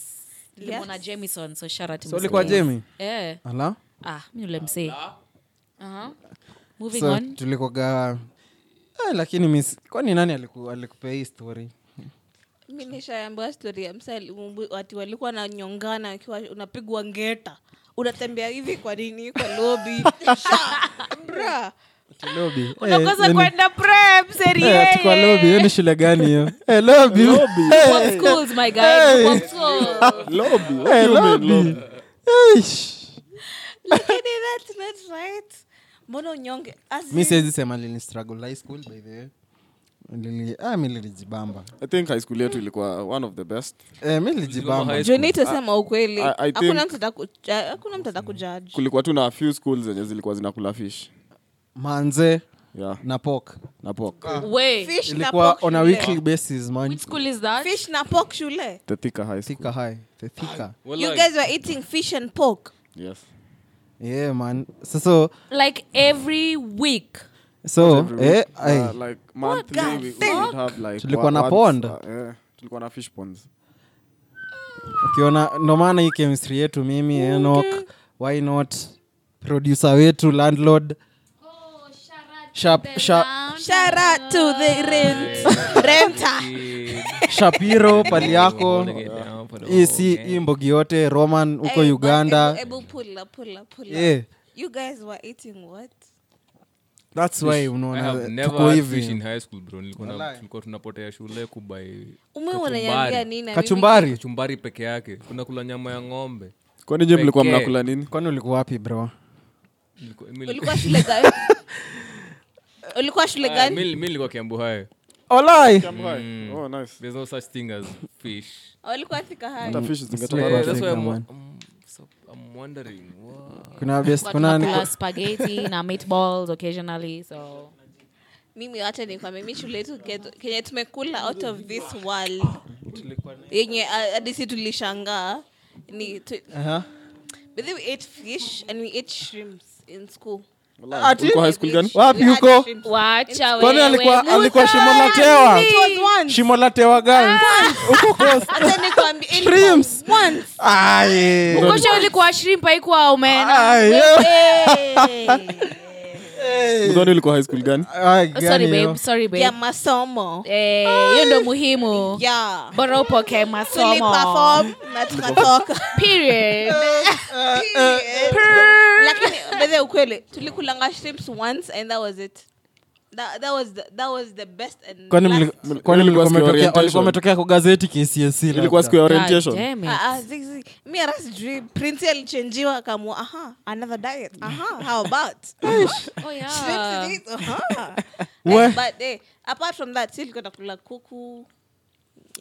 Nilimwona Jamison, so shout out to so Musaki. ulikuwa jemi Eh. ala Ah, mi ule msee. Uh-huh. Moving so on. tulikuaga eh, lakini miss kwani nani aliku, alikupea hii story mi nishaambiwa stori ya msa wati walikuwa nanyongana akiwa unapigwa ngeta unatembea hivi kwa nini kwa lobi bra Kilobi. Eh, unakosa yani- kwenda prep Eh, tuko lobi hiyo ni shule gani hiyo Eh, lobi. Eh, Hey. serieyeoaoaoaoaoaoaoaoaoaoaoaoaoaoaoaoaoaoaoaoaoaoaoaoaoaoaoaoeiyo Lobby. What eh, do you mean, lobi. lobby? Eish. Lakini that's not right. Mbona unyonge? As mi in- siwezi sema lini struggle high school by the way Lili- ah, mi lilijibamba I think high school yetu ilikuwa one of the best. eh, mi lilijibamba high Juu ni tusema ukweli I- I hakuna think- mtu atakuja- hakuna mtu atakujudge. Kulikuwa tu na few schools zenye zilikuwa zinakula fish. manze Yeah. na pok Na pork. Ah. Fish na ilikuwa pork on a shule. weekly basis man Fish na pork shule. The thicker high school. thika high the thika You guys were eating fish and pork. Yes. yeah man so so, aaoaoaoaoaoaoaoaoaoaoaoaoaoaoaoaoaoaoaoaoaoe so Every eh, week. ai. Uh, like monthly God, we, we thank- would have like Tulikuwa wa- na once- pond. uh, eh, tulikuwa na fish ponds. ukiona ndo maana hii chemistry yetu mimi enok why not producer wetu landlord Shap- shap- Shout out to the rent. Renter. shapiro pali yako Wanna get down for the hii whole si hii mbogi yote roman huko Hey, uganda Eh, ebu- ebu pull up, pull up, pull up. Yeah. You guys were eating what? thats why I have unaona never tuko had fish in hivi high school bro Nilikuwa na- tulikuwa tunapotea shule kubai Ume Kachumbari. unaniambia nini na mimi- kachumbari chumbari peke yake kuna kula nyama ya ng'ombe Kwani je mlikuwa Pekee. mnakula nini? kwani ulikuwa wapi bro Nilikuwa- mi nilikuwa- Ulikuwa shule gani? Ulikuwa shule Ah, gani? mi- mi nilikuwa kiambu hayo olai Mm. Oh nice. there's no such thing as fish Ulikuwa thika hai. Hata fish zingetoka Like Yeah, wapi? that's why I'm- man. I'm so- I'm wondering, wow. kuna best kuna niko- mimi wacha nikwame mi shule yetu geto- kenye tumekula out of this world yenye ah, hadi si tulishangaa ni tu, Aha. but then we ate fish and we ate shrimps in school Wallahi, ulikuwa high school gani? wapi We had huko shrimps. kwani alikuwa alikuwa shimo la tewa It was once. shimo la tewa gani Ah, huko coast Acha nikwambie, it was Shrimps. once. Aye. Eh. Aye, yo. Hey. Mdhani ulikuwa high school gani? Aye, Oh, gani yo? ya masomo ndo Eh, muhimu ya bora upoke masomo tuliperform na Uh, tukatoka Period. lakini bedhe ukweli tulikulanga shrimps once and that was it that, that was the, that was the best and Kwani last- mli- kwani mlikuwa Ilikuwa siku ya mmetokea- orientation. walikuwa umetokea kwa gazeti kcsc Ilikuwa siku ya God orientation. damn it. Ah, ah, zig, zig. mi hata sijui prinsi alichenjiwa akamua aha another diet aha how about ah. Oh, yeah. Shrimps in it, aha. We. Eh, but eh, apart from that si tulikuwa nakula kuku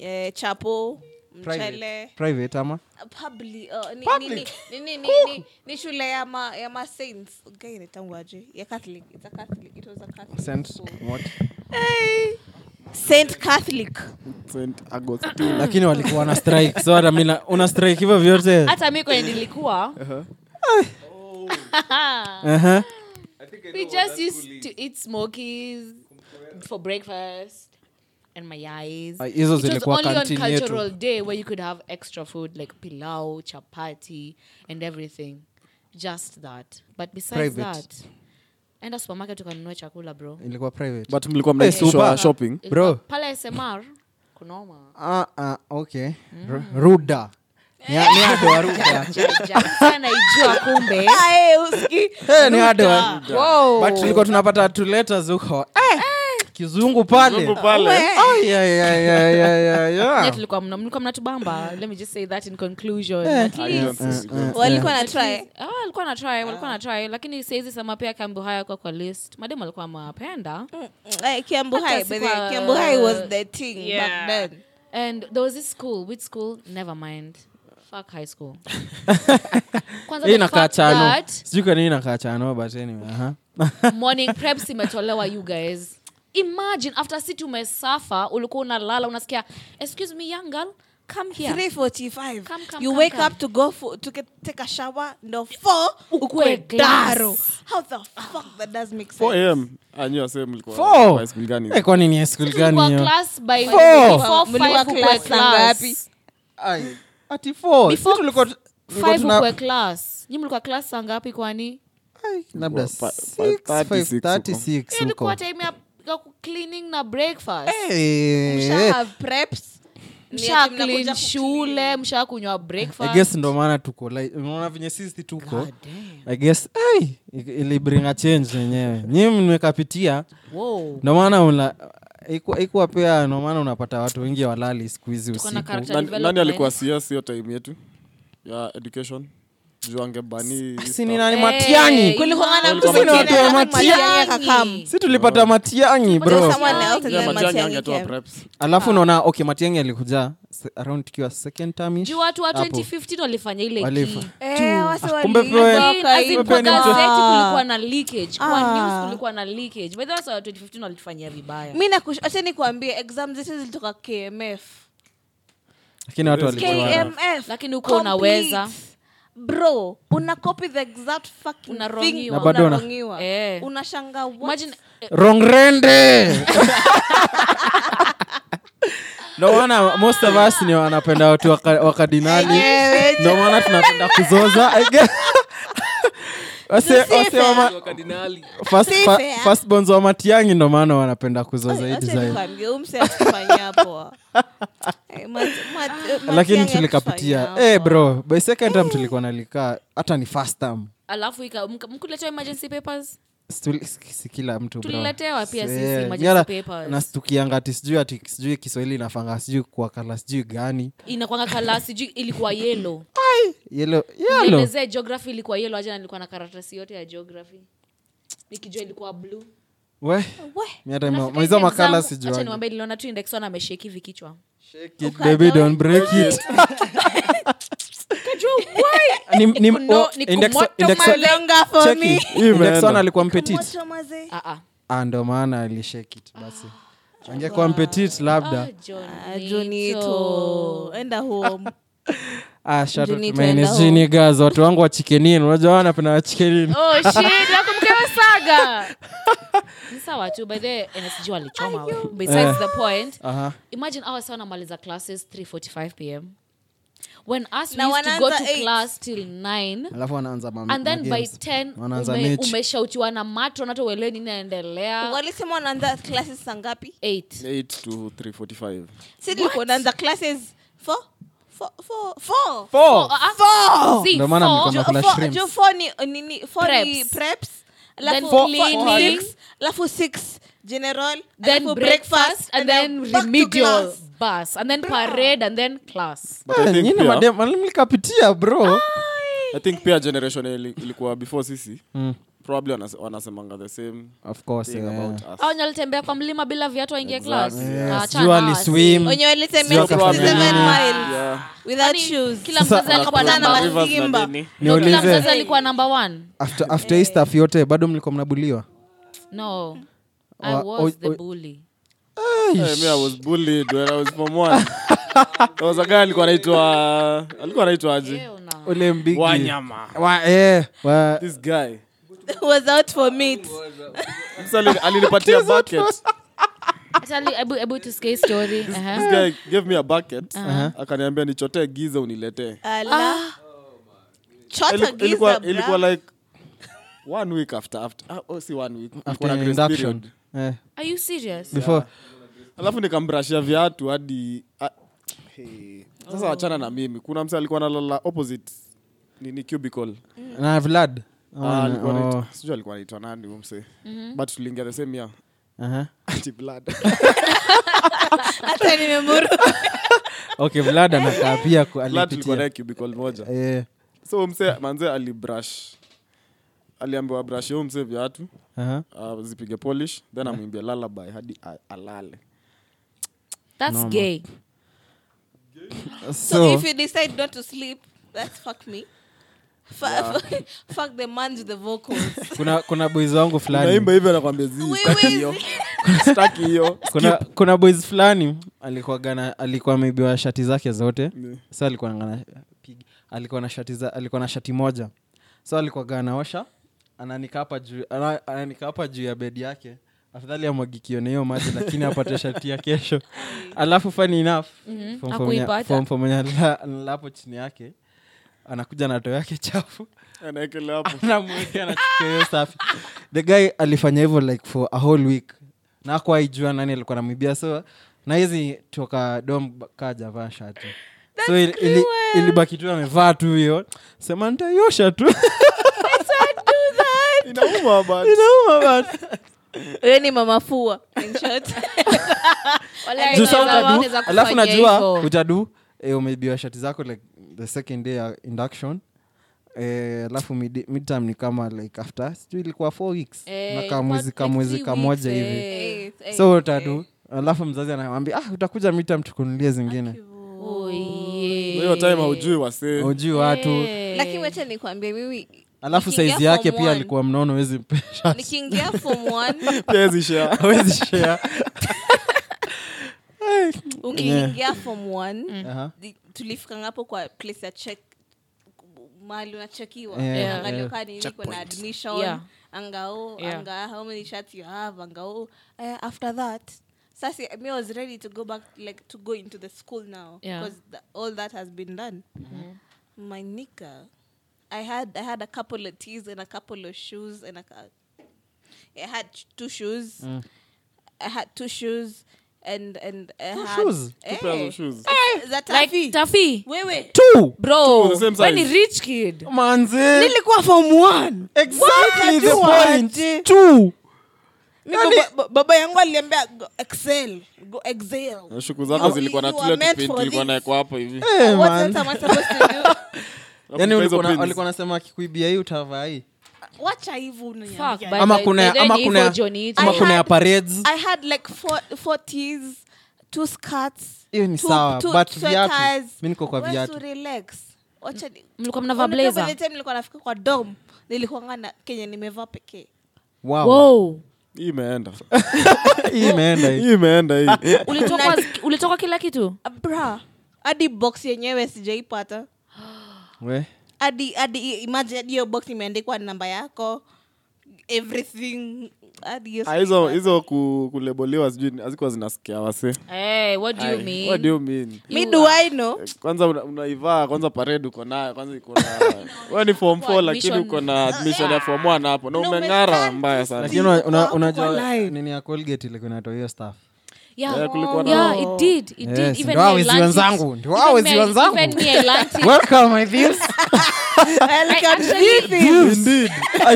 eh, chapo mchele private ama Publi- oh, ni- Public? ni- ni- ni- ni- ni- ni shule ya ma- ya ma saints Guy inaitangwa aje? ya catholic It's a catholic it was a catholic Saint school. what? Hey. saint catholic Saint Augustine. lakini walikuwa na strike so hata mina una strike hivyo vyote hata mi kwenye nilikuwa Uh-huh. Aha. we just used to eat smokies for breakfast and my eyes Ah, hizo It was zilikuwa only on canteen yetu. cultural day where you could have extra food like pilau chapati and everything just that but besides Private. that enda supermarket ukanunua chakula bro ilikuwa private But mlikuwa Hey, super. mnaishwa shopping. Ilikuwa Bro. pale smr kunoma ah, ah, okay Mm. Ru- ruda ni a- ni ade wa ruda naijua kumbe Ah. Aye, usiki- Eh, ni ade wa Wow. but tulikuwa tunapata tuletas huko eh, kizungu pale Oh, Ai, ya, ya, ya, ya, ya, ya. Yeah, tulikuwa mna- mlikuwa mnatubamba let me just say that in conclusion Eh. at least walikuwa na try Ah, walikuwa na try walikuwa na try lakini saizi sema pia kambu haya kwa kwa list mademu alikuwa mapenda Eh, Kiambu Hata High, by the way, sikuwa- Kiambu High was the thing Yeah. back then. and there was this school which school never mind fuck high school kwanza hii the inakaa fact chano that sijui kwa nini inakaa chano but anyway, uh-huh. aha. morning preps imetolewa you guys imagine after si tumesafa ulikuwa unalala unasikia excuse me young girl come here 3:45. Come, come, You come, wake come. up to go for to get, take a shower ndo 4 Ukue ukwe glass. daro. How the fuck that does make sense? 4 a.m. Anyo asema mlikuwa Four. high school gani? Eh, kwani ni school Tulikuwa gani hiyo class by Four. Mlikuwa before five ukue class ngapi? class. Ai, ati four. Before Si tulikuwa tu- tulikuwa Five tuna- ukue class nyi mlikuwa class saa ngapi kwani Ai, labda Fi- fi- six, five, 36 huko. 36 Hiyo huko. ilikuwa time ya ya ku- cleaning na breakfast Eh, Usha have preps. Ni ati mnakuja mshaklin kuclean. shule mshakunywa breakfast I guess ndo maana tuko like, unaona venye sisi tuko God damn. I guess ai, ilibring a change yenyewe nyii mmekapitia Wow. ndo maana mla- iku- ikuwa pia ndo maana unapata watu wengi walali siku hizi Tuko na usiku character Nani- development. nani alikuwa cs hiyo time yetu ya education juu angebani si ni nani Eh, matiani Kulikuwa na Matiang'i. mtu Sisi ni watu wa Matiang'i. matiani si tulipata matiangi bro Someone else and Yeah, then Matiang'i came. alafu naona okay matiangi alikuja se- around tukiwa second termish juu watu wa Hapo. 2015 walifanya ile Walifa. Eh, wase Ah, kumbe waliiba pewe- kwa Ni- as in hiyo. kwa Pepe ni mtu- gazeti kulikuwa na leakage kwa Ah. news kulikuwa na leakage by the way sawa 2015 walifanyia vibaya mi nakuacha nikuambie exam zetu zilitoka kmf lakini watu walijuana. kmf Lakini huko unaweza. Complete. bro una copy the exact fucking Unarongiwa. thing, Na bado una- unarongiwa. Eh. unashanga what? imagine eh, rongrende ndo maana most of us ni wanapenda watu waka- wakadinali ndo maana tunapenda kuzoza I guess. Wase- wase wa ma- wakadinali first- Si fa- fair. first bonds wa matiangi ndo maana wanapenda kuzoza hii Acha design nikwambie, huyu msee akifanya poa. Eh, Mat- Ah. Mat- eh, lakini Matiang'i tulikapitia akifanya Eh, poa. bro by second Eh. time tulikuwa nalikaa hata ni first time alafu ika- mka- mkuletewa emergency papers Situ- si si kila mtu bro. Tuliletewa pia sisi Eh, emergency nyara- papers. nastukianga ati sijui ati sijui kiswahili inafanga sijui kuwakala sijui gani inakwanga kala sijui ilikuwa yelo yelo yelo elezee geography ilikuwa yelo ajana nilikuwa na karatasi yote ya geography nikijua ilikuwa blue we We, mi hata ma- hizo makala sijuagi sijuaniwambe niliona tu index one ameshake hivi kichwa baby don't break it Ni- ni- Niko no- oh, niko index- moto index- malenga for check me. it. Index one alikuwa mpetit Moto mazee. Ah, ah. ndo maana alishekit basi angekuwa mpetit labda Ah, Johnny. Ah, Junito, enda home. Ah, shout out Juni to my tuenda NSG home. niggas, watu wangu wa chikenini unajua wanapenda wa chikenini Oh, shit, nakumbuka saga. Ni sawa tu by the NSG walichoma besides Eh. the point Aha. imagine awa sa wanamaliza classes 345 pm when us Na we used to go to wanaanza eight. class till 9 alafu Ah, wanaanza ma- and then by ma-games. 10 wanaanza ume- mechi. umeshautiwa na mato nato uelewe nini naendelea walisema wanaanza classes saa ngapi 8 si tulikuwa naanza classes four? Four- four- four. Four. Ah, See, Ndio maana four, mlikuwa Ju- mnakula four- shrimps. ju- four ni- nini- four ni Preps. preps, Then alafu Four- four- cleaning. six, alafu six general then alafu breakfast and then back to remedial class. bus and then parade and then class Ah, nyinyi madem mlikapitia Ah. bro think pia generation ili- ilikuwa before sisi Mm. probably wanase- wanasemanga the same of course thing yeah. about us au nyalitembea kwa mlima bila viatu aingie class Yeah, Ah, sijui achana, waliswim wenye walitemea Sio kama 67 mimi. miles Mm. Yeah. without Yaani, shoes kila mzazi alikuwa Kukutana namba na Rivers na Simba. nini. No, kila niulize mzazi alikuwa namba one after, after hii stuff yote bado mlikuwa mnabuliwa no i Wa- was o- the o- bully Eh, me, I was bullied when I was form one. There was a guy alikuwa anaitwa alikuwa anaitwa aje Hell no. ule mbigi wanyama Wa- eh, wa- this guy was out for meat Msa ali- alinipatia bucket Actually, ebu- ebu tusikie story Uh-huh. Aha. Uh-huh. this guy gave me a bucket Uh-huh. akaniambia nichotee giza uniletee Ah. Ala. chota Iliku- ilikuwa- giza ilikuwa bra. like one week after after ah, oh, si one week after Ilikuwa na grace induction period. Eh, Are you serious? before alafu nikambrashia viatu hadi ah, hey. sasa Oh. wachana na mimi kuna mse alikuwa nalala opposite nini cubicle na Vlad Ah, Ama- alikuwa oh, anaitwa- sijui alikuwa anaitwa nani huyo mse Mm-hmm. but tuliingia the same year aha. Ati blood hata nimemuru okay Vlad anakaa pia ku- blood tulikuwa naye alipitia cubicle moja Eh, so mse manze alibrush aliambiwa brush huyo mse viatu aha. uh, zipige polish then amwimbie lullaby hadi a- alale That's gay. so, So- if you decide not to sleep that's fuck me Fu- fuck the man with the vocals kuna kuna boys wangu fulani naimba hivi anakwambia zii Wee, staki wee, hiyo staki hiyo kuna, kuna boys fulani alikuwa gana alikuwa ameibiwa shati zake zote sa alikuwa na pig- alikuwa na shati za, alikuwa na shati moja so alikuwa gana osha ananika hapa juu ana- ananika hapa juu ya bed yake afadhali amwagikione hiyo maji lakini apate shati ya kesho alafu funny enough form four mwenye- hakuipata. form four mwenye ala- alapo chini yake anakuja na too yake chafu anaekele hapo anamwekea anachukua Ah! hiyo safi the guy alifanya hivyo like for a whole week na hakuwahi jua nani alikuwa namwibia so na hizi toka dom kajavaa shati so ili- ili- ilibaki tu amevaa tu hiyo sema ntaiosha tu inauma but inauma but Wewe ni mama fua in short. Walai, Juu saa unaweza- utadu, unaweza kufanya alafu najua hivyo. utadu eh, umeibiwa shati zako like the second day ya induction Eh, alafu mid- midterm ni kama like after sijui ilikuwa four weeks Eh, na ilikuwa kaa mwezi ka like mwezi three kamoja weeks, hivi Eh, eh, so eh. utadu alafu mzazi anawambia ah utakuja midterm tukunulie zingine Oh, yeah. hiyo time haujui wasee ujui watu Eh. lakini wacha nikwambie mimi alafu nikiingia saizi yake form pia one- alikuwa mnono wezi mpesha nikiingia form one Hawezi share. wezi shea ukiingia form Mm. one Aha. di- tulifika ngapo kwa place ya check mahali unachekiwa Yeah, yeah, Yeah. angalio yeah. kaa nini kuna admission Yeah. angao Yeah. anga how many shots you have angao uh, after that sasa me I was ready to go back like to go into the school now Yeah. Mm-hmm. because th- all that has been done my nika i had i had a couple of teas and a couple of shoes and a, cou- i had two shoes Mm. i had two shoes and and I Two had, shoes? Eh, pairs of shoes. za Like, tafi Tafi, wewe tu bro, Two, the same when size. you rich kid. manzi nilikuwa form one exactly the What? point Yaani tu Niko Yaani- ba- ba- baba yangu aliambia go excel go excel Na shuku zako You- zilikuwa na you are tule meant tupindi for ilikuwa this. naekwa hapo hivi Eh, What man. else am I supposed to do? Alafu yani kwa hizo ulikuwa na- pins. walikuwa nasema akikuibia hii utavaa hii Wacha hivyo Fuck, unaniambia. by ama the- kuna by then ama hivyo kuna Johnny, ama I kuna ya had- parades i had like four, four tees two skirts hiyo ni two- sawa two but viatu sweaters. mi niko kwa Wewe viatu si relax wacha ni- mlikuwa mnavaa Unajua blazer? by the time nilikuwa nafika kwa dom nilikuwa na kenye nimevaa pekee Wow. Wow. Hii imeenda Hii imeenda hii. hii imeenda hii Ulitoka- ulitoka kila kitu Ah, bra hadi box yenyewe sijaipata We. hadi hadi imagine hadi hiyo box imeandikwa namba yako everything hadi hiyo Ah, hizo hizo ku- kuleboliwa sijui hazikuwa zinasikia wasee hey, Eh, what do you Aye. mean? What do you mean? me do i know kwanza una- unaivaa kwanza parade uko nayo kwanza iko na wewe ni form Kwa 4 lakini admission. Oh, uko na admission ya form 1 hapo na Na umeng'ara umefanya- mbaya sana lakini una- una- hapo unajua kwa nini ya colgate ilikuwa inatoa hiyo staff Yeah. Eh, kulikuwa na- Yeah, it did. It did. Yes, Even ndio me, I hawezi learnt it. wenzangu, ndio Even hawezi me, I- wenzangu. even me, I learnt it. welcome my views I actually- indeed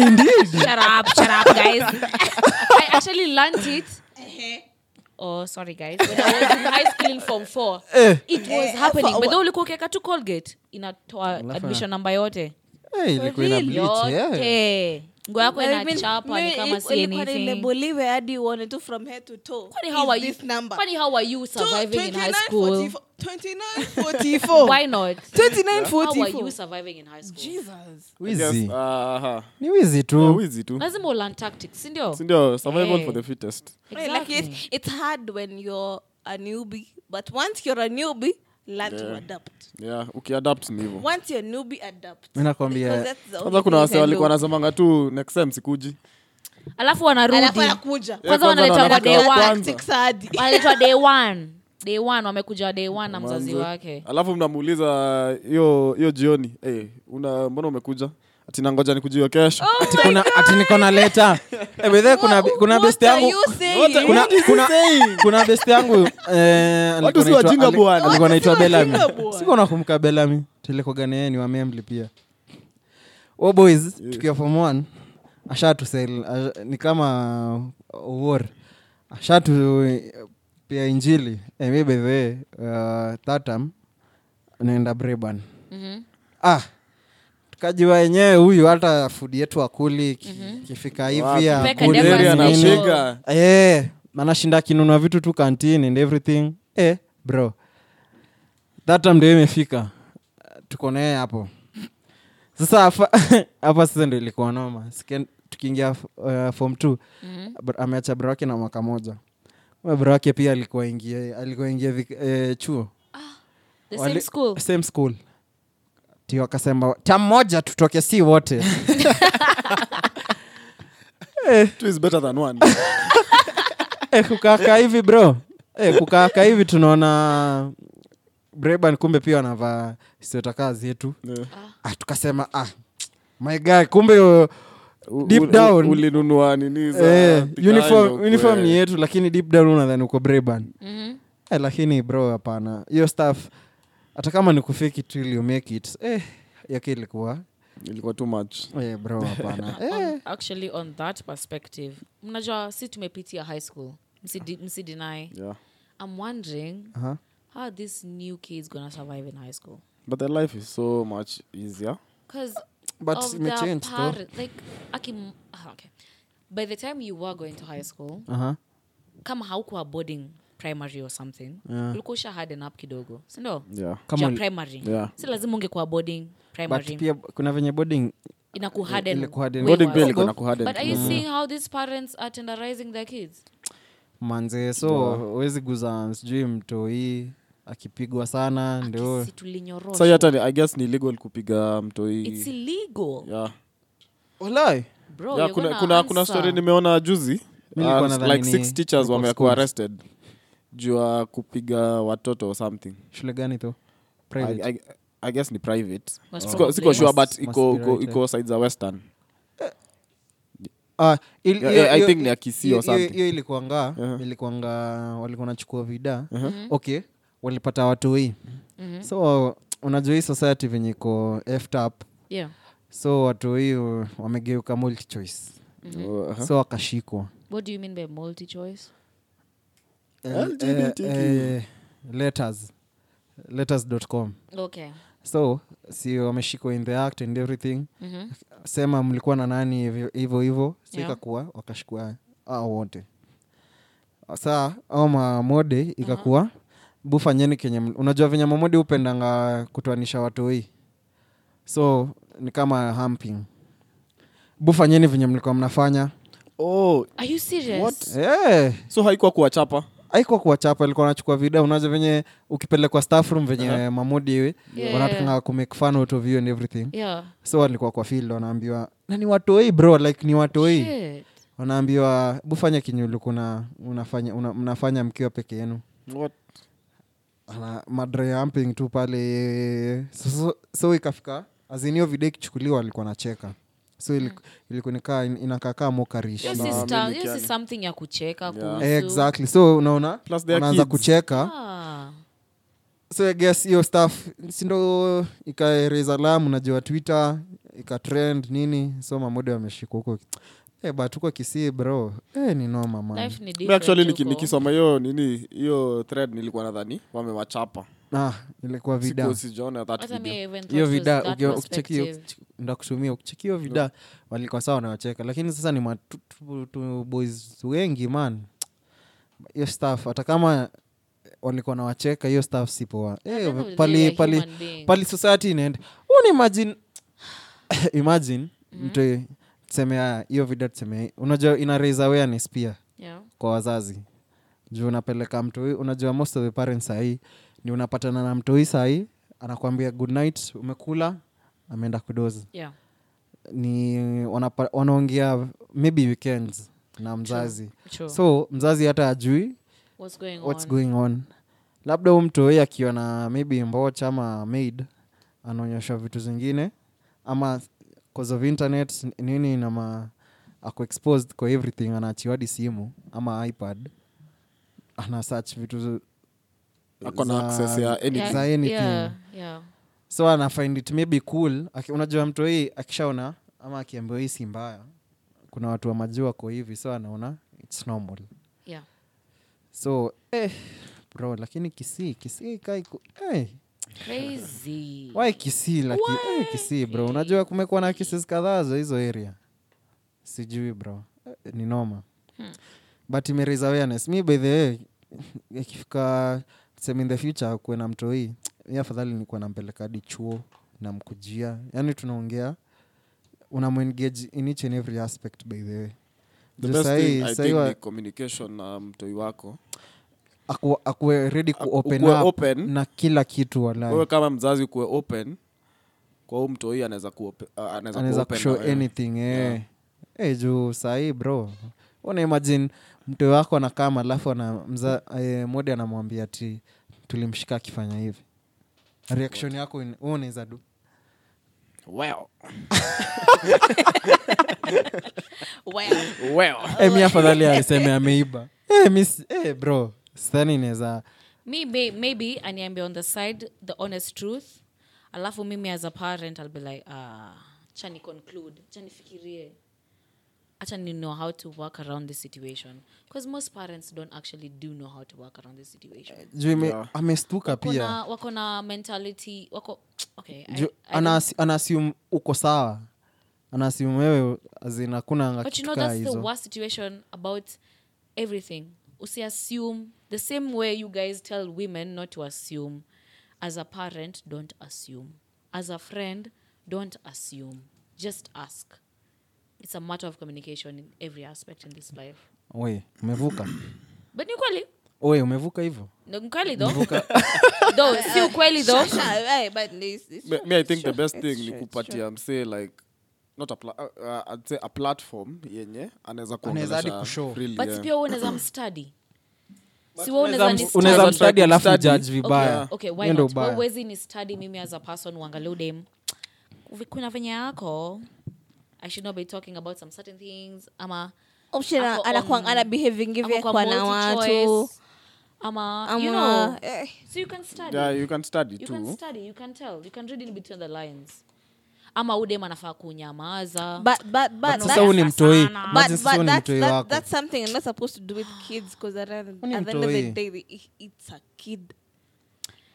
indeed Shut up, shut up, guys. I actually learnt it. Oh, sorry guys. When I was in high school in form 4. Eh. It was happening. But ulikuwa ukiweka tu Colgate inatoa admission namba yote. hey, ilikuwa ina bleach yeah. Yote. Nguo yako Well, I mean, inachapa ni mimi kama ilikuwa si anything. nileboliwe hadi uone tu from head to toe. Kwani Is how are you? this number? Kwani how are you Two- surviving in high 29, school? 44 2944. Why not? How are you 2944. surviving in high school? Jesus. wizi aha ni wizi tu wizi tu Lazima ulan tactics, si ndio? Si ndio survival Eh. for the fittest Right, like it's, it's hard when you're a newbie, but once you're a newbie, learn to adapt. yeah ukiadapt ni hivyo Once you're a newbie, adapt. Mimi nakwambia- Because that's the only kwanza kuna thing wase you walikuwa can do. wanasemanga tu next time sikuji Alafu wanarudi. Alafu anakuja. Yeah, Kwanza kwanza wanaletwa wanafika day wa one. kwanza. Six hadi. Wanaletwa day one. Day one wamekuja day one na mzazi Mwanzo. wake. alafu mnamuuliza hiyo hiyo jioni eh una mbona umekuja ati nangoja nikujiwe kesho Oh. ati kuna ati niko na leta eh, bedhe kuna What- kuna what best are yangu you saying? kuna kuna kuna best yangu eh, alikuwa si anaitwa- wajinga ali- bwana. alikuwa anaitwa Watu si Bellamy wajinga bwana. siko nakumbuka Bellamy tulikogana yeye ni wa Membley pia oh boys tukiwa form 1 ashatusel ash- ni kama uh, war ashatu pia injili eh, mi by the way uh, tatam naenda Breban ah tukajua wenyewe huyu hata fudi yetu akuli ki- kifika hivi Peke akuli defa nini. anashiga Eh, anashinda akinunua vitu tu canteen and everything eh, bro that time ndio imefika tuko naye hapo sasa hapa- hapa sasa ndo ilikuwa noma Sikia- tukiingia uh, form t ameacha bro wake na mwaka moja Huyo bro wake pia alikuwa ingia alikuwa ingia vik- eh, chuo The Wali- same school. same school ti wakasema tam moja tutoke si wote two is better than one eh, kukaaka hivi bro eh, kukaaka hivi tunaona breban kumbe pia wanavaa siotakaa zetu Yeah. ah, tukasema ah, my guy kumbe uh, U- Deep u- down. ulinunua nini za eh, pick uniform, line, uniform ni eh. Mm-hmm. yetu lakini deep down unadhani uko breban eh, lakini bro hapana hiyo staff hata kama ni kufake it till you make it eh, yake ilikuwa ilikuwa too much eh, bro hapana eh, on, actually on that perspective mnajua si tumepitia high school msi, msi deny yeah i'm wondering Uh-huh. how are these new kids gonna survive in high school but their life is so much easier because But of ime their change though. parent- like akim, ah, okay by the time you were going to high school aha. kama haukuwa boarding primary or something ulikuwa usha harden up kidogo sindo yeah Kama ja uli- primary Yeah. si lazima ungekuwa boarding primary but pia kuna venye boarding Inaku harden Ile kuharden. way Boarding Mm-hmm. pia worse. ilikuwa inakuharden But are you seeing how these parents are tenderizing their kids manze so huwezi guza sijui mtoi akipigwa sana ndio Kisi tulinyorosha. sai hata ni- i guess ni legal kupiga It's mtoi illegal. yeah walai Bro, yeah, you're kuna, gonna kuna, kuna answer. story nimeona juzi nilikuwa uh, nadhani like ni six teachers local wamekuwa schools. arrested juu ya kupiga watoto or something shule gani tu I, private I, I guess ni private Must Siko- probably. siko sure but must iko be iko- right, eh. iko side za western Ah, il- Yeah, hiyo- I hiyo- think ni ya Kisii hiyo- or something. Uh-huh. hiyo ilikuanga ilikuanga walikuwa nachukua vida Mm-hmm. okay walipata watu hii Mm-hmm. so unajua hii society venye iko ftap Yeah. so watu hii uh, wamegeuka multi choice Mm-hmm. Uh, so wakashikwa What do you mean by multi-choice? Eh, LGBTQ. eh, eh, letters letters.com Okay. so si wameshikwa in the act and everything sema mlikuwa na nani hivyo- hivyo hivyo Yeah. sikakuwa yeah. wakashikwa hao wote saa au mamode ikakuwa uh-huh. bufanyeni kenye ml- unajua venye mamode hupendanga kutoanisha watoi so ni kama hamping bufanyeni venye mlikuwa mnafanya Eh, oh, Are you serious? hey, so haikuwa kuwachapa aikuwa kuwachapa alikuwa anachukua video unajua venye ukipelekwa staff room venye uh-huh. mamodi iwe Yeah. yeah. wanatanga kumake fun out of you and everything Yeah. so walikuwa kwa field wanaambiwa na ni watoi bro like ni watoi Shit. wanaambiwa bufanya kinyulu kuna unafanya una, mnafanya mkiwa peke yenu What? Ana- madre amping tu pale so, so, so ikafika azinio video ikichukuliwa alikuwa nacheka so iliku- ilikuwa nikaa inakakaa mokarish Mm. Hiyo si sta- hiyo si something ya kucheka kuhusu. exactly so unaona Plus they are unaanza kids. kucheka Ah. so I guess hiyo staff sindo ikareza alarm najua twitter ikatrend nini so mamode wameshikwa huko Eh, but huko kisii bro eh, ni noma man. Life ni Mi different actually niki- huko. nikisoma hiyo nini hiyo thread nilikuwa nadhani wamewachapa ah, ilikuwa vida Siku- sijaona that Hata mi video. I even thought hiyo it was vida that uki- ukicheki hiyo- perspective. ndakutumia ukicheki hiyo vida walikuwa sawa wanawacheka lakini sasa ni matu tu- tu- boys wengi man hiyo staff hata kama walikuwa nawacheka hiyo staff sipoa the end of the eh, day, pali, we are pali, human beings. pali society inaenda Un imagine imagine Mm-hmm. mtu tuseme haya hiyo video tuseme unajua ina raise awareness pia Yeah. kwa wazazi juu unapeleka mtoi unajua most of the parents sahii ni unapatana na mtoi sahii anakuambia good night umekula ameenda kudozi Yeah. ni wanapa- wanaongea maybe weekends na mzazi True. so mzazi hata ajui What's going what's on? going on labda huu mtoi akiona maybe mboch ama maid anaonyesha vitu zingine ama cause of internet n- nini nama ako exposed kwa everything anaachiwa hadi simu ama ipad ana search vitu z- Ako na za- access ya anything. za Yeah. anything Yeah. Yeah. so ana find it maybe cool Aki, unajua mtu hii akishaona ama akiambiwa hii si mbaya kuna watu wamajua ko hivi so anaona its normal Yeah. so eh, bro lakini kisii kisii kaiku eh, Crazy. wai kisii laki, eh, kisii bro unajua kumekuwa na kises kadhaa za hizo area sijui bro eh, ni noma but imeraise awareness mi by the way ikifika seme in the future kuwe na mtoi mi afadhali nikuwa nampeleka hadi chuo namkujia yaani tunaongea unamuengage in each and every aspect by the way The Juu best sahi- thing, I sahi think, wa- ni communication na mtoi wako aku- akuwe ready kuopen Ukuwe up open. na kila kitu wewe walai kama mzazi ukuwe open kwa huu mtoi anaweza kuope- uh, anaweza anaweza kuopen kushow na wewe. anything eh. Yeah. Eh, juu sahii bro una imagine mtu wako anakama alafu ana mza eh, mode anamwambia ti tulimshika akifanya hivi reaction yako in- wewe unaweza du Well, Well, well. eh, mi afadhali aliseme ameiba eh, mis, eh, bro sidhani inaweza me may, maybe aniambe on the side the honest truth alafu mimi as a parent i'll be like ah acha ni conclude acha nifikirie acha ni know how to work around this situation because most parents don't actually do know how to work around this situation juu ime- amestuka Wako pia na- wako na mentality wako okay Ju- I, I don't- anaasi- anaassume uko sawa anaassume wewe azin hakuna but you kitu kaa know that's the hizo worst situation about everything usiassume the same way you guys tell women not to assume as a parent don't assume as a friend don't assume just ask it's a matter of communication in every aspect in this life we umevuka but ni ukweli we umevuka hivyo Ni ukweli though though si ukweli though Aye, but it's- it's me, true, me i it's think true, the best it's thing true, ni it's kupatia msee like not a, pla- uh, uh, I'd say a platform yenye anaweza Anaweza hadi kuongelesha kushow. freely, but yeah. pia wewe unaweza mstadi si wewe unaweza ni unaweza study. mstadi alafu Study. judge Okay, vibaya okay, why Hiyo ndo not? Wewe ubaya. huwezi ni study mimi as a person uangalie udem "Kuvi- kuna venye yako i should not be talking about some certain things ama Option Ako ana- anakuwa- on- ana behave ama vya kwa kwa na multi-choice, watu ama, you know ama eh, so you can study yeah you can study you too can study you can tell you can read in between the lines ama udem anafaa kunyamaza but but but sasa that's- huyu ni mtoi sana. but Imagine sasa huyu but ni that's, mtoi that, wako that's something I'm not supposed to do with kids because at the end Huyu ni at the end of the mtoi. day they- it's a kid.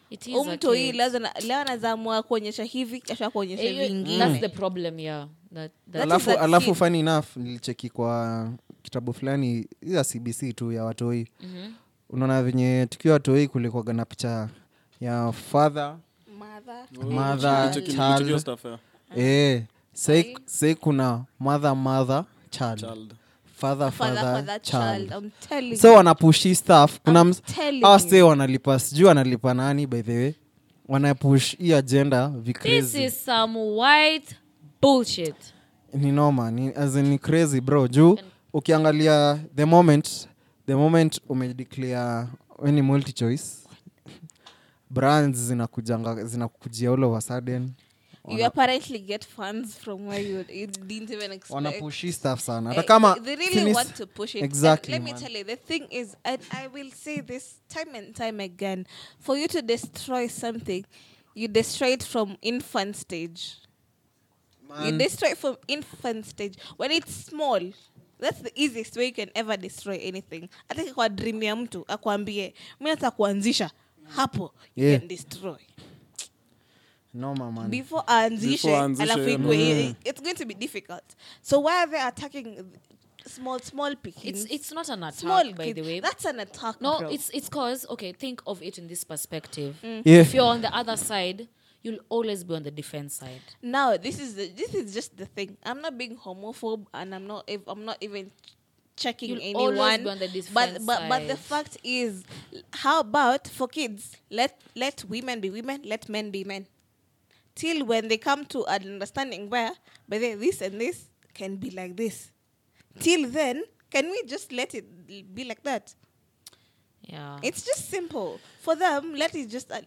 it is Huyu a mtoi kid. lazima na- leo anazamua kuonyesha hivi kesha kuonyesha Eh, you- vingi that's the problem yeah that, that, That is alafu a alafu kid. funny enough nilicheki kwa kitabu fulani hii ya cbc tu ya watoi mm-hmm. unaona venye tukiwa watoi kulikuwaga na picha ya father mother Oh, mother Nilicheki- nilicheki hiyo child stuff, yeah. eh sai sai kuna mother mother child, Child. father father, father father child. child I'm telling so you. wanapushi staff kuna I'm ms- telling hawa you. stay wanalipa sijui wanalipa nani by the way wanapush hii ajenda this vikrezi is some white bullshit ni noma ni, as in, ni crazy bro juu ukiangalia the moment the moment umedeclare we ni multi choice brands zinakujanga zinakujia all of a sudden you apparently get funds from where you, you didn't even expect wanapushi staff sana hata Eh, kama they really finis- want to push it. And exactly let me man. tell you, the thing is, and I will say this time and time again: for you to destroy something, you destroy it from infant stage. You destroy it from infant stage when it's small. That's the easiest way you can ever destroy anything. I think kwa dream ya mtu akwambie, mimi nataka kuanzisha hapo, you Yeah. can destroy. noma man before aanzishe Before aanzishe, alafu yeah. Mm. ikue i- it's going to be difficult so why are they attacking small small pickings it's it's not an attack small by kids? the way that's an attack No, bro. it's it's cause okay. Think of it in this perspective. Yeah. If you're on the other side, you'll always be on the defense side. now this is the, this is just the thing i'm not being homophobe and i'm not ev- i'm not even checking You'll always anyone be on the but defense but but the side. fact is how about for kids let let women be women let men be men till when they come to an understanding where but then this and this can be like this till then can we just let it l- be like that Yeah. it's just simple for them let it just uh,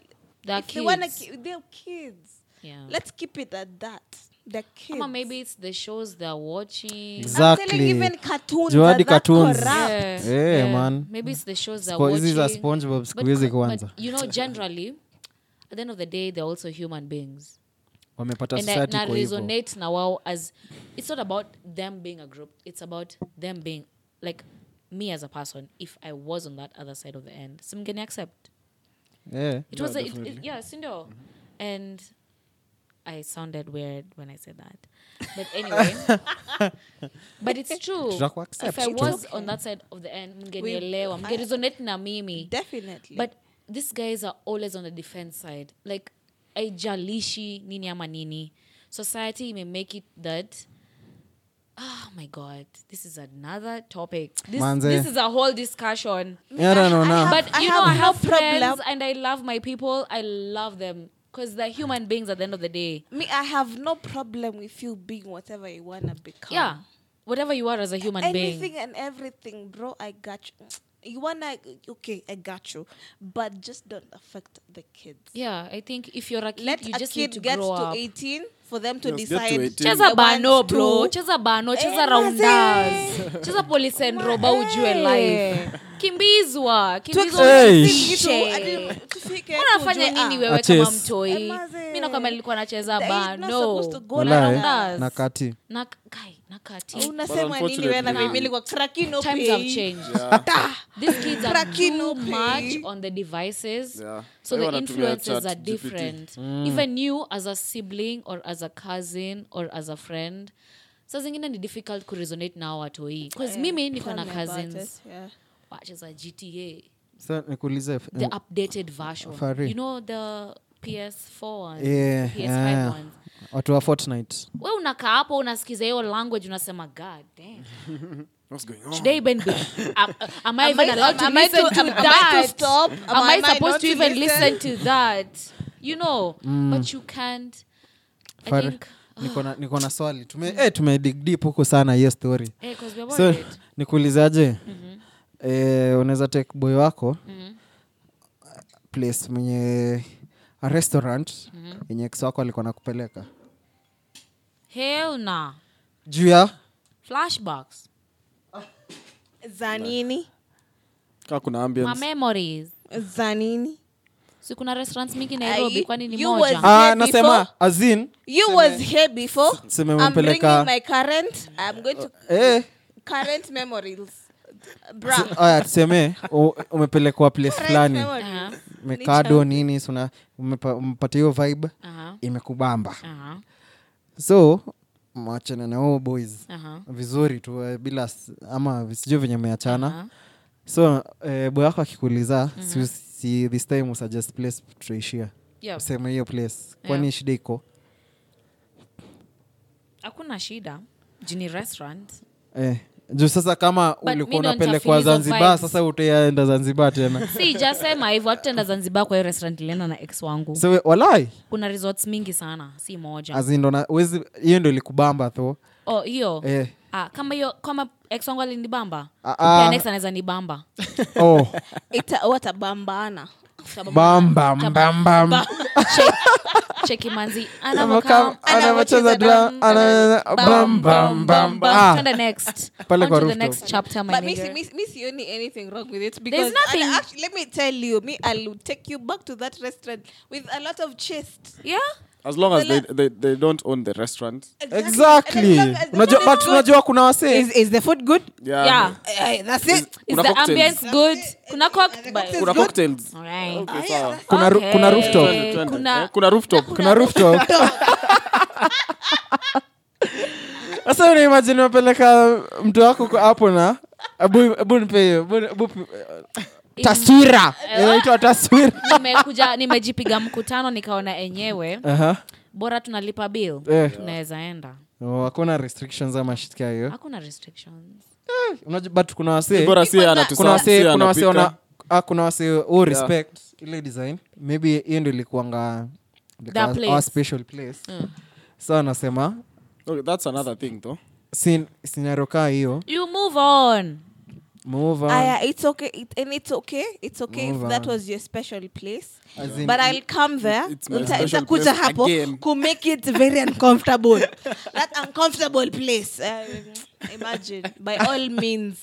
They're if they wanna kids. ki- they're kids yeah. let's keep it at that they're kids Or maybe it's the shows they're watching. Exa- I'm telling Exactly. even cartoons Juu are hadi that cartoons. corrupt. Yeah, Eh, man. Maybe it's the shows they're Spo- watching. hizi za SpongeBob siku hizi co- kwanza. you know, generally, at the end of the day, they're also human beings. wamepata and I, society na kwa hivyo resonate na wao as it's not about them being a group it's about them being like me as a person if i was on that other side of the end so i'm gonna accept yeah. it was a, it, it, yeah sindo and i sounded weird when i said that but anyway but it's true Tutaku accept if i tu. was on that side of the end mngenielewa mngeresonate na mimi Definitely. but these guys are always on the defense side like aijalishi nini ama nini society may make it that oh my god this is another topic this, Manze. this is a whole discussion Yeah, I don't know now. but I you have know i no have friends problem. and i love my people i love them because they're human beings at the end of the day me, I have no problem with you being whatever you wanna become. yeah whatever you are as a human anything being and everything, bro. I got you. You wanna okay? I got you, but just don't affect the kids. yeah i think if you're a kid Let you a just kid need to get grow to up eighteen for them to Yes, get to decide. 18. cheza the ones bano bro to- cheza bano Eh, cheza rounders cheza police and roba ujue life kimbizwa kimbizwa Hey. usifishe. unafanya nini wewe kama Achesi. mtoi Emaze. mi na kama nilikuwa nacheza bano Walahi, us. na kati na kai na kati unasema nini unfortunately, wewe na no. mimi nilikuwa krakino times have changed these kids are Cracking too open. much on the devices Yeah. so Everyone the are too influences much are at GPT. different Mm. even you as a sibling or as a cousin or as a friend sa zingine ni difficult kuresonate nao watoi Eh, bcause mimi niko na cousins wacheza gta sa nikuulize eh, the updated version Mm. Fari. you know the ps4 ones, Yeah, ps5 yeah. ones watu wa fortnite we unakaa hapo unasikiza hiyo language unasema god damn, What's going on? should I even be, am, am Am I I- even allowed to am I to- listen to am- am I to that? stop? Am Am- I am I supposed not to to even listen? listen to that? You know, but you can't. I Fari. think. Niko na- niko na swali tume Mm-hmm. eh, tumedigdip huku sana hiyo story Hey, cause we're so worried. nikuulizaje Mm-hmm. eh, unaweza take boy wako place mwenye a restaurant Mm-hmm. yenye ex wako alikuwa nakupeleka Hell nah. juu ya Flashbacks. za nini Kaa kuna My ambience. memories. za nini Si kuna restaurants mingi Nairobi Ai, kwani ni you moja. was- ah, Here nasema before. azin you was here before Sema i'm umempeleka- bringing my current i'm going to eh, current memories bra aya tuseme u- umepelekwa place current fulani memories mekado nini suna umepa- umepatia hiyo vibe Uh-huh. imekubamba Uh-huh. so mwachana na huo boys Uh-huh. vizuri tu eh, bila s- ama sijui venye meachana uh-huh. so eh, boy wako akikuuliza Mhm. si, si, this time usuggest place tutaishia Yep. useme hiyo place kwani Yep. shida iko hakuna shida jini restaurant eh, juu sasa kama me ulikuwa don't unapelekwa feel hizo zanzibar vibes. sasa utaenda zanzibar tena sijasema hivyo hatutaenda zanzibar kwa hiyo restaurant ilienda na ex wangu so we- walai kuna resorts mingi sana si moja azindona wezi hiyo ndo ilikubamba tho oh hiyo eh, ah, kama hiyo kama ex wangu alinibamba Ah, pia ah. next anaweza nibamba oh, ita watabambana bamba mbambam Che- cheki manzi anavokaa anavocheza drum ana- bam, bam, bam, bam. tuende next Ah. Pale On kwa to the rooftop. next chapter my But me, nigga. me, me see only anything wrong with it because nothing. And actually, let me tell you, me I'll take you back to that restaurant with a lot of chest. yeah As long as The they, la- they, they don't own the restaurant. Ah, exactly And as long as the unajua food is but good- unajua kuna wasee is the food good? Yeah. yeah Eh, that's Is, it. is kuna the cocktails. ambience good kuna cocktails- cocktail Kuna good? cocktails. Alright. Okay, sawa. kuna, ru- kuna Okay. rooftop Eh, Twende. kuna- Eh, Kuna rooftop. kuna rooftop sasa unaimajini umepeleka mtu wako kwa hapo na ebu- ebu nipe hiyo, ebu- ebu pi- taswira inaitwa taswira nimekuja nimejipiga mkutano nikaona enyewe Aha. bora tunalipa bill Eh. tunaweza enda Oh, hakuna restrictions ama shit kaa hiyo hakuna restrictions Unajua, but kuna wasee Bora si kuna anatusahau, si wasee kuna wasee anapika. wana ah, kuna wasee oh, respect ile design maybe hiyo ndio ilikuanga ilikuwa place. Mm. our special place so anasema Okay, Oh, that's another thing though. sin- scenario kaa hiyo you move on move Um, on, Aya, Ah, it's okay, it, and it's okay, it's okay Move if that on. was your special place. as in- But I'll come there. It's my Uta- special Itakuja place hapo again. ku make it very uncomfortable. that uncomfortable place. Um, imagine by all means,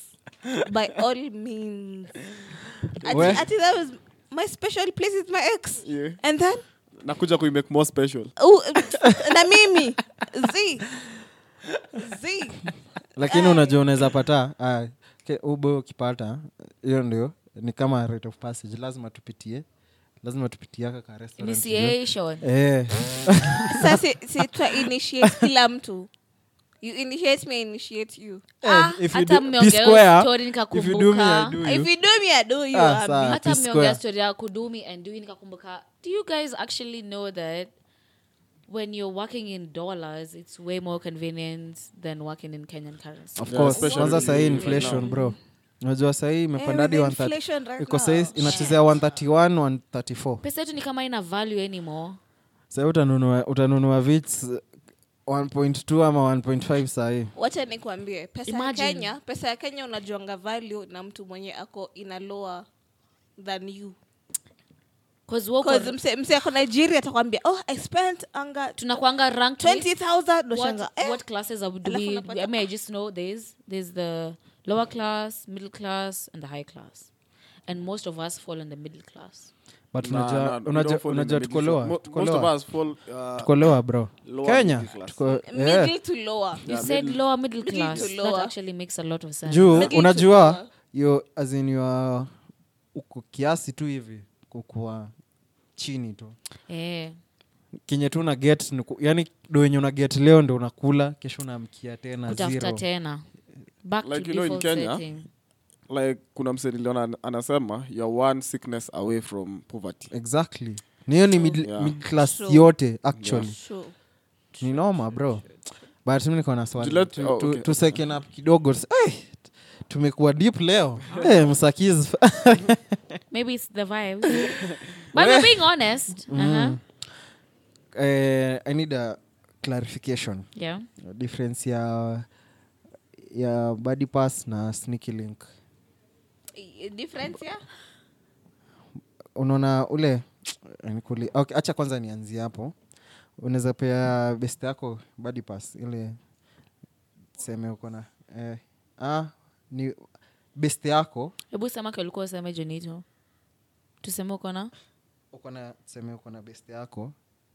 by all means. I Well- think, I think that was my special place is my ex. Yeah. And then Nakuja kuimake more special. oh, na mimi z z lakini eh. unajua unaweza pata ah, ke- ubo ukipata hiyo ndio ni kama rate of passage lazima tupitie lazima tupitiaka ka restaurant. initiation Eh, sa si, si twa initiate kila mtu you initiate me I initiate you Ah, Eh, if you hata do- mmeongea hiyo P-square, story if you do me, I nikakumbuka do if you. you do me i do you Eh, Ah, Abi. sawa. hata P-square. mmeongea story ya kudumi and dui nikakumbuka do you guys actually know that when you're working in dollars it's way more convenient than working in kenyan currency Of course, especially kwanza sahii right inflation bro unajua sahii imepanda hadi with 130. Eh, inflation right iko now. sahii inachezea 131 134 pesa yetu ni kama ina value anymore sahii utanunua utanunua eh, vits 1.2 ama 1.5 sahii wacha nikwambie pesa Imagine. ya kenya pesa ya kenya unajuanga value na mtu mwenye ako ina lower than you Cause we're Cause mse, mse ako nigeria atakwambia oh i spent anga tunakwanga ranked with 20000 what, nashanga eh, what classes are Alafu doing? unapata- I mean, I just know there's there's the lower class middle class and the high class and most of us fall in the middle class but Nah, unajua- nah, we don't unajua- fall in the unajua middle tukolewa class. Mo- Most of tukolewa us fall. uh, tukolewa bro lower kenya middle class. tuko- yeah. middle to lower you said lower middle middle class to that lower. actually makes a lot of sense juu Lakini unajua tukiwa- yo azin yua uko kiasi tu hivi kukuwa chini tu eh, kenye tu una get ni ku- yani do wenye una get leo ndo unakula kesho unaamkia tena kutafuta zero tena back Like to you know in default Kenya, setting like kuna mse niliona an- anasema youare one sickness away from poverty exactly niyo ni mid, Yeah. mid class True. yote actually sure ni noma bro but mi niko na swali Let- tu, oh, tu, okay. tu second up kidogo hey, tumekuwa deep leo Eh, hey, msakiz maybe it's the vibes but we're being honest Mm-hmm. uh-huh. eh, i need a clarification yeah difference ya ya body pass na sneaky link I- Eh, difference yeah unaona ule nikuli okay, acha kwanza nianzie hapo unaweza pea best yako body pass ile seme uko na eh, ah, ni best yako hebu samaki walikuwa useme jonito tuseme uko na uko na seme uko na best yako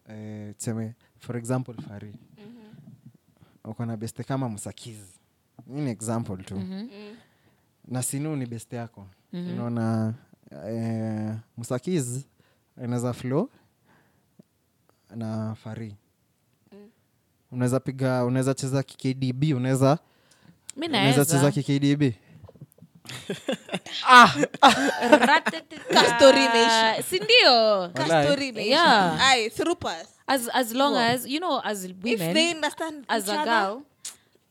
eh, seme for example fari mm-hmm. Mm-hmm. uko na best kama msakizi hii ni example tu mm-hmm. na sinu ni best yako mm-hmm. unaona eh, msakizi anaweza flow na fari Mm. unaweza piga unaweza cheza kkdb unaweza mi unaweza cheza naweza kkdb Kastori imeisha. Ah, sindio Wallahi. Kastori imeisha. Yeah. Aye, through pass. as, as long as you know as If they women understand as each a other, girl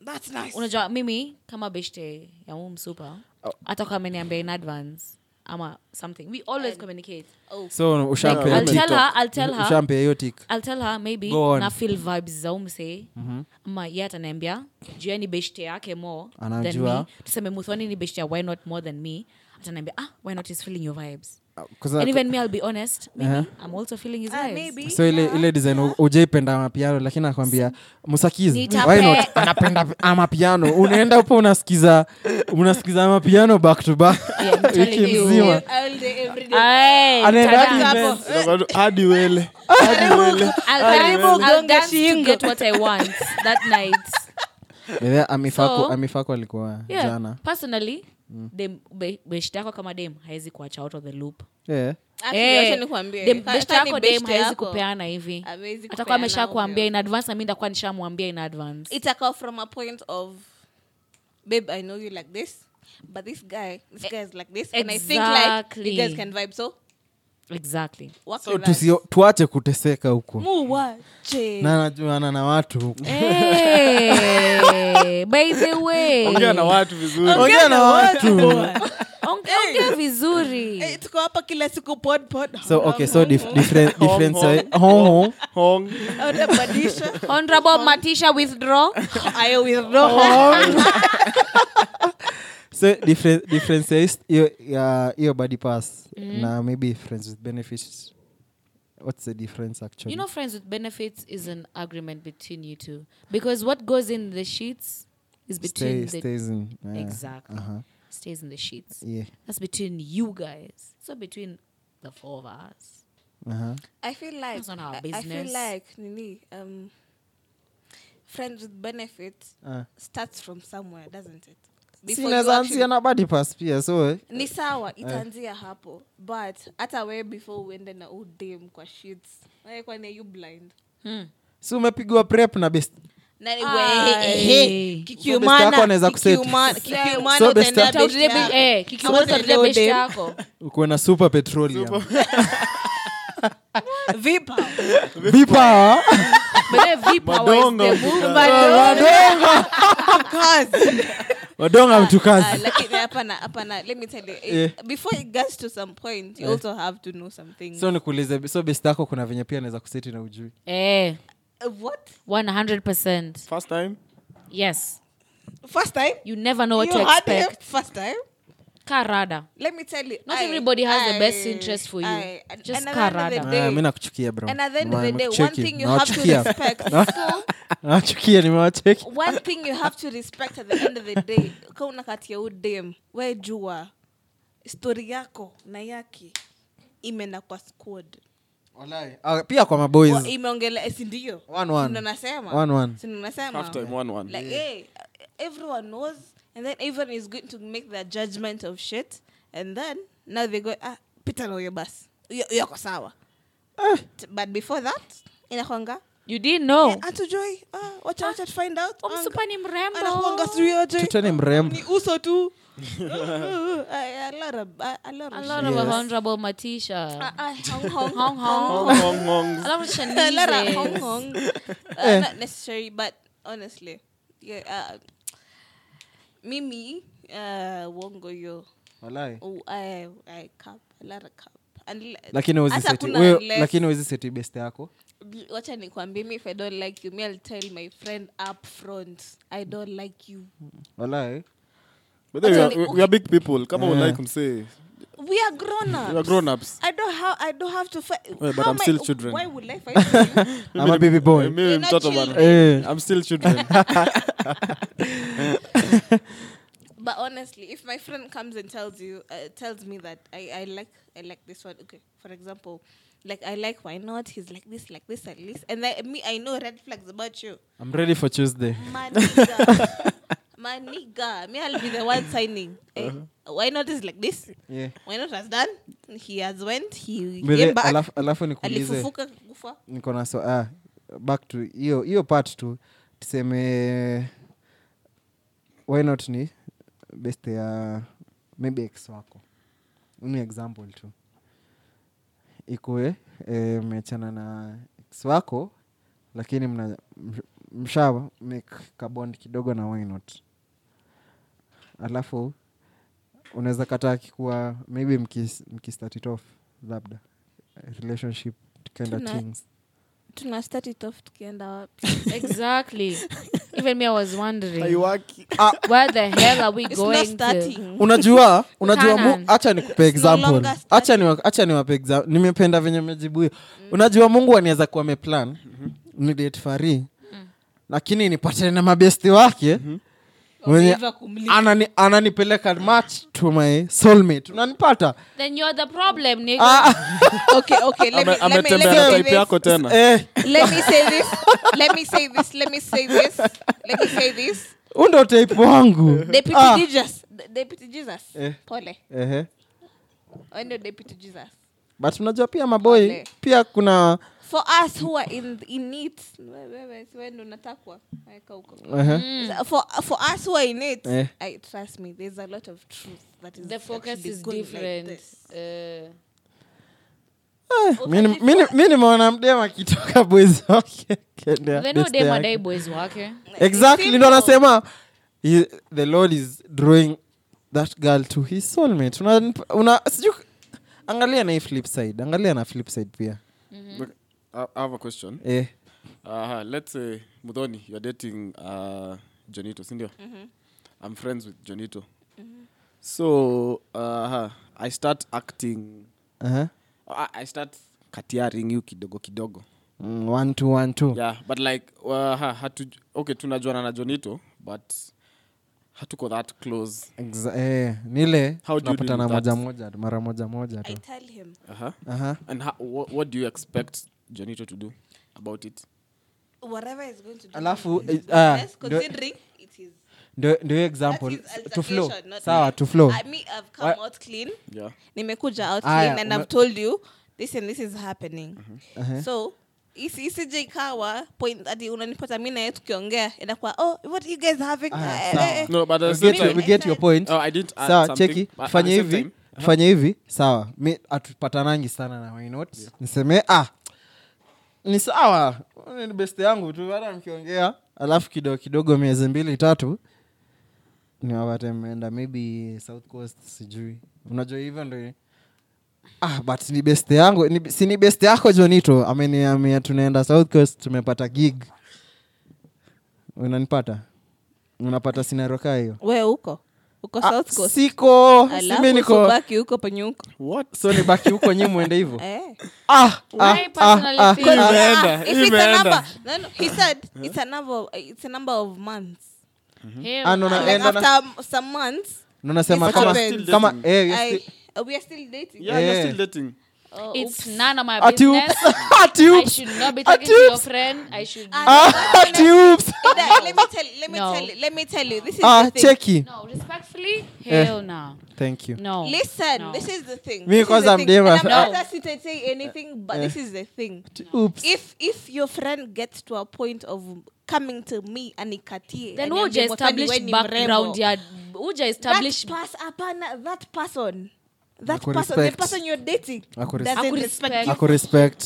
that's nice. unajua mimi kama beshte ya huu msupa Oh. hata kwa ameniambia in advance ama something we always communicate so ushampea I'll hiyo tell her, TikTok. I'll tell her. ushampea hiyo tik i'll tell her maybe Go on. Mhm. na feel vibes za umse ama ye ataniambia juu ye ni beshte yake more than Anajua. me tuseme muthoni ni beshte ya why not more than me ataniambia ah why not is feeling your vibes Kwanza- and even me i'll be honest Uh-huh. maybe i'm also feeling his Ah, vibes maybe. so ile ile design u- ujaipenda mapiano lakini akwambia msakizi Nitape- why not anapenda amapiano unaenda upo unasikiza unasikiza amapiano back to back Yeah, I'm telling wiki you. mzima All day, every day. Aye, tada. anaendaje hadi wele I'll dance, I'll Gonga dance to shingo. get what I want that night. amifako So- amifako alikuwa Yeah. jana Mm. Personally, dem- be- beshte yako kama dem hawezi kuacha out of the loop yeah. Actually, Eh, wacha nikwambie. dem- Ka- beshte ka ni yako dem beshte hawezi yako, kupeana hivi hawezi atakuwa kupeana amesha kuambia ovyo. in advance na mi ndakuwa nishamwambia in advance itakuwa from a point of babe i know you like this but this guy this guy is like this and i think like E- Exactly. you guys can vibe so exactly work so with tusio, tuache kuteseka huko muwache na najuana na watu huko Eh, by the way ongea na watu vizuri ongea na watu Onge- ongea vizuri Eh, tuko hapa kila siku pod pod so okay so dif- different different side hongo hong utabadilisha honorable matisha withdraw i withdraw so different difference ya his- hiyo ya- hiyo body pass Mm. na maybe friends with benefits what's the difference actually You know, friends with benefits is an agreement between you two because what goes in the sheets is between Stay- the stays in yeah. exactly uh-huh. stays in the sheets. yeah That's between you guys. So between the four of us. uh-huh. i feel like That's not our I- i feel business. like nini um friends with benefits Ah. starts from somewhere doesn't it Si Before you inaweza actually- anzia na body pass pia so eh. ni sawa itaanzia hapo but hata we before uende na udem kwa sheets wewe kwani are you blind si umepigwa prep na best Na ni Aye. we- eh, eh, kikiumana, So best yako anaweza kuseti. kikiuma- kikiumana So best utaendea yako- best yako. eh, Ama utaendea kikiweza udem. yako ukuwe na super petroleum Vipa. vipa But then vipa was Madongo. the move. Eh. wadonga Ah, mtukazi lakini hapana hapana let me tell you eh, Yeah. before it gets to some point you also have to know something Eh. so nikuulize so best yako kuna venye pia anaweza kuseti na ujui Eh, Uh, what 100%. first time Yes. first time You never know what you to had him expect. first time kaa rada Let me tell you. Not I- everybody has the best I- interest for you. I- and- Just and at the end of karada. the Ah, mi day- nakuchukia bro. And at the end of Ma- the day, one nimekucheki. thing you have to Nawachukia. respect. so, nawachukia nimewacheki one thing you have to respect at the end of the day ka unakatia udem we jua stori yako na yake imeenda kwa squad eh, Ah, pia kwa maboys Wa- imeongele sindio One, one. One, one. Halftime, one, one. like hey, everyone knows and then everyone is going to make their judgment of shit and then now they go ah, pita nauyo basi Uyo- uyako sawa Eh. T- but before that inakwanga you didn't Oh. know eh, hatujui ah, wacha wacha to find out Anga- omsupa ni mrembo anakuanga sijui aje. tuteni mrembo ni uso tu Ay, a lot of- a- a lot a of lot shit. of honorable matisha Ah, ah, hong, hong, hong hong Hong, hong, hong. a lot of a lot of Shanices. hong, hong. Uh, Eh. not necessary but honestly yeah, uh, mimi uh, wongo yo oh, I, I cap, a lot of cap. Unle- lakini huwezi Hata seti- kuna wewe- unless- lakini huwezi seti best yako wacha nikwambie mi if i don't like you me i'll tell my friend up front i don't like you walai Eh. But then we are- Actually, we are big people. Kama Yeah. ulike msee, we are grown ups we are grown-ups. i don't have i don't have to fight but How I'm am I- still children. why would i fight you? ama baby boy Mimi You're not mtoto bana. children. Eh, I'm still children. But honestly, if my friend comes and tells you, uh, tells me that I, I like, I like this one. Okay, for example, like I like why not? He's like this, like this, like this, and I, me, I know red flags about you, I'm ready for Tuesday. my nigga, my nigga. Me, I'll be the one signing. Eh, Uh-huh. Why not is like this? Yeah. Why not has done? He has went. He Mbele, came back. alafu, alafu nikuulize Alifufuka kufa. niko na so, ah, back to hiyo hiyo part tu tuseme why not ni best ya maybe ex wako ni example tu ikue eh, mmeachana na ex wako lakini mna msh- msha make kabond kidogo na why not alafu unaweza kataa kikuwa maybe mkis- mkistart it off labda relationship kind of Tuna- things Tuna start it off tukienda wapi? exactly even me i was wondering Ah. Haiwaki. where the hell are we It's not going to starting. unajua unajua mu, Kanan. acha nikupe It's no example longer study. acha niwa- acha niwape example nimependa venye mejibu hiyo Mm. unajua mungu anaweza kuwa ameplan ni date fari Mm. lakini nipatane na mabesti wake wenye Wameiva kumli- anani, ananipeleka match to my soulmate unanipata then you're the problem nigga Ah, Okay, okay. Let me, Ame- let me, let me ametembea na say type this. yako tena eh, let me say this. Let me say this. Let me say this. Let me say this. huu ndo type wangu Deputy Ah. Jesus. D- Deputy Jesus. Eh. Pole. Ehe. I know Deputy Jesus. but unajua pia maboi Ole. pia eh, kuna For us who are in in it, we- we- we- si wewe ndio unatakwa? Weka huko. ehe. So for for us who are in it, Uh-huh. Eh. I trust me. There's a lot of truth that is the focus actually is good like different this. uh, Eh, mini- mini- mi nimeona mdem akitoka boys wake akiendea they know besti them yake. are boys eh? wake exactly Simple. ndo anasema he- the lord is drawing that girl to his soulmate una, una siju angalia na hii flip side angalia na flip side pia Look, I I have a question. eh, Uh, let's say Mudoni, you're dating uh, Jonito, sindio? I'm friends with Jonito. Mm-hmm. So uh, I start acting, uh-huh. I, I start katiaring you kidogo kidogo. mm, one two one two Yeah, but like uh, hatu, okay, tunajuana na Jonito, but hatuko that close. Exa- eh, nile How do you tunapatana deal moja with that? moja tu, mara moja moja I tu tell him. Uh-huh. uh-huh. And ha- wha- what do you expect Jonito to do about it? Whatever is going to do. Alafu, is his eh, ah, business, ndio- considering it is ndio ndio hiyo that example is S- to flow allegation, not sawa mine. to flow I mean, I've come Why- out clean. Yeah. nimekuja out Aya, clean and ume- i've told you this and this is happening so isi- isije ikawa point ati unanipata mi naye tukiongea inakuwa oh what you guys having Ah, Eh, sawa. eh, eh. No, but we at the get, same you- your- we time, get your point oh, I didn't add sawa something, cheki but at tufanye the same hivi time- uh-huh. tufanye hivi sawa mi hatupatanangi sana na wynot yeah. niseme ah ni sawa ni best yangu tu hata mkiongea alafu kidogo kidogo miezi mbili tatu niwapate mmeenda maybe south coast sijui unajua hivyo ndo ah but ni best yangu ni, si ni best yako jonito ameniamia tunaenda south coast tumepata gig unanipata unapata sinarokaa hiyo we uko uko Ah, south coast siko simi alafu niko subaki huko penye huko what so nibaki huko nyi mwende hivo Eh. Ah, I personally think- Because, Imeenda, ah, if it's a number- no, no, he said it's a number- it's a number of months. Hell, Ah, no, no, Like eh, no, no. after some months, nanasema It's kama open. kama eh, yes, I- uh, we are still dating. yeah, Yeah. you're still dating Oh, it's oops. none of my ati business. oops ati I oops should not be Ah, talking to your oops. friend. I should. Ah, ati oops Ida, let me tell- let me No. tell you- let me tell you, this is ah the thing. cheki No, respectfully, Eh. hell no. thank you No. Listen, No. this is the thing. Me, This is 'cause the I'm thing. there, And I'm I'm- not hesitate to say anything, but this is the thing. Ati oops If if your friend gets to a point of coming to me anikatie, Then aniambie huja "Motani, we establish ni mrembo." background ya huja establish that pass apana that person that Aku person respect. the person you're dating Aku respect. doesn't Aku respect you respect. aku respect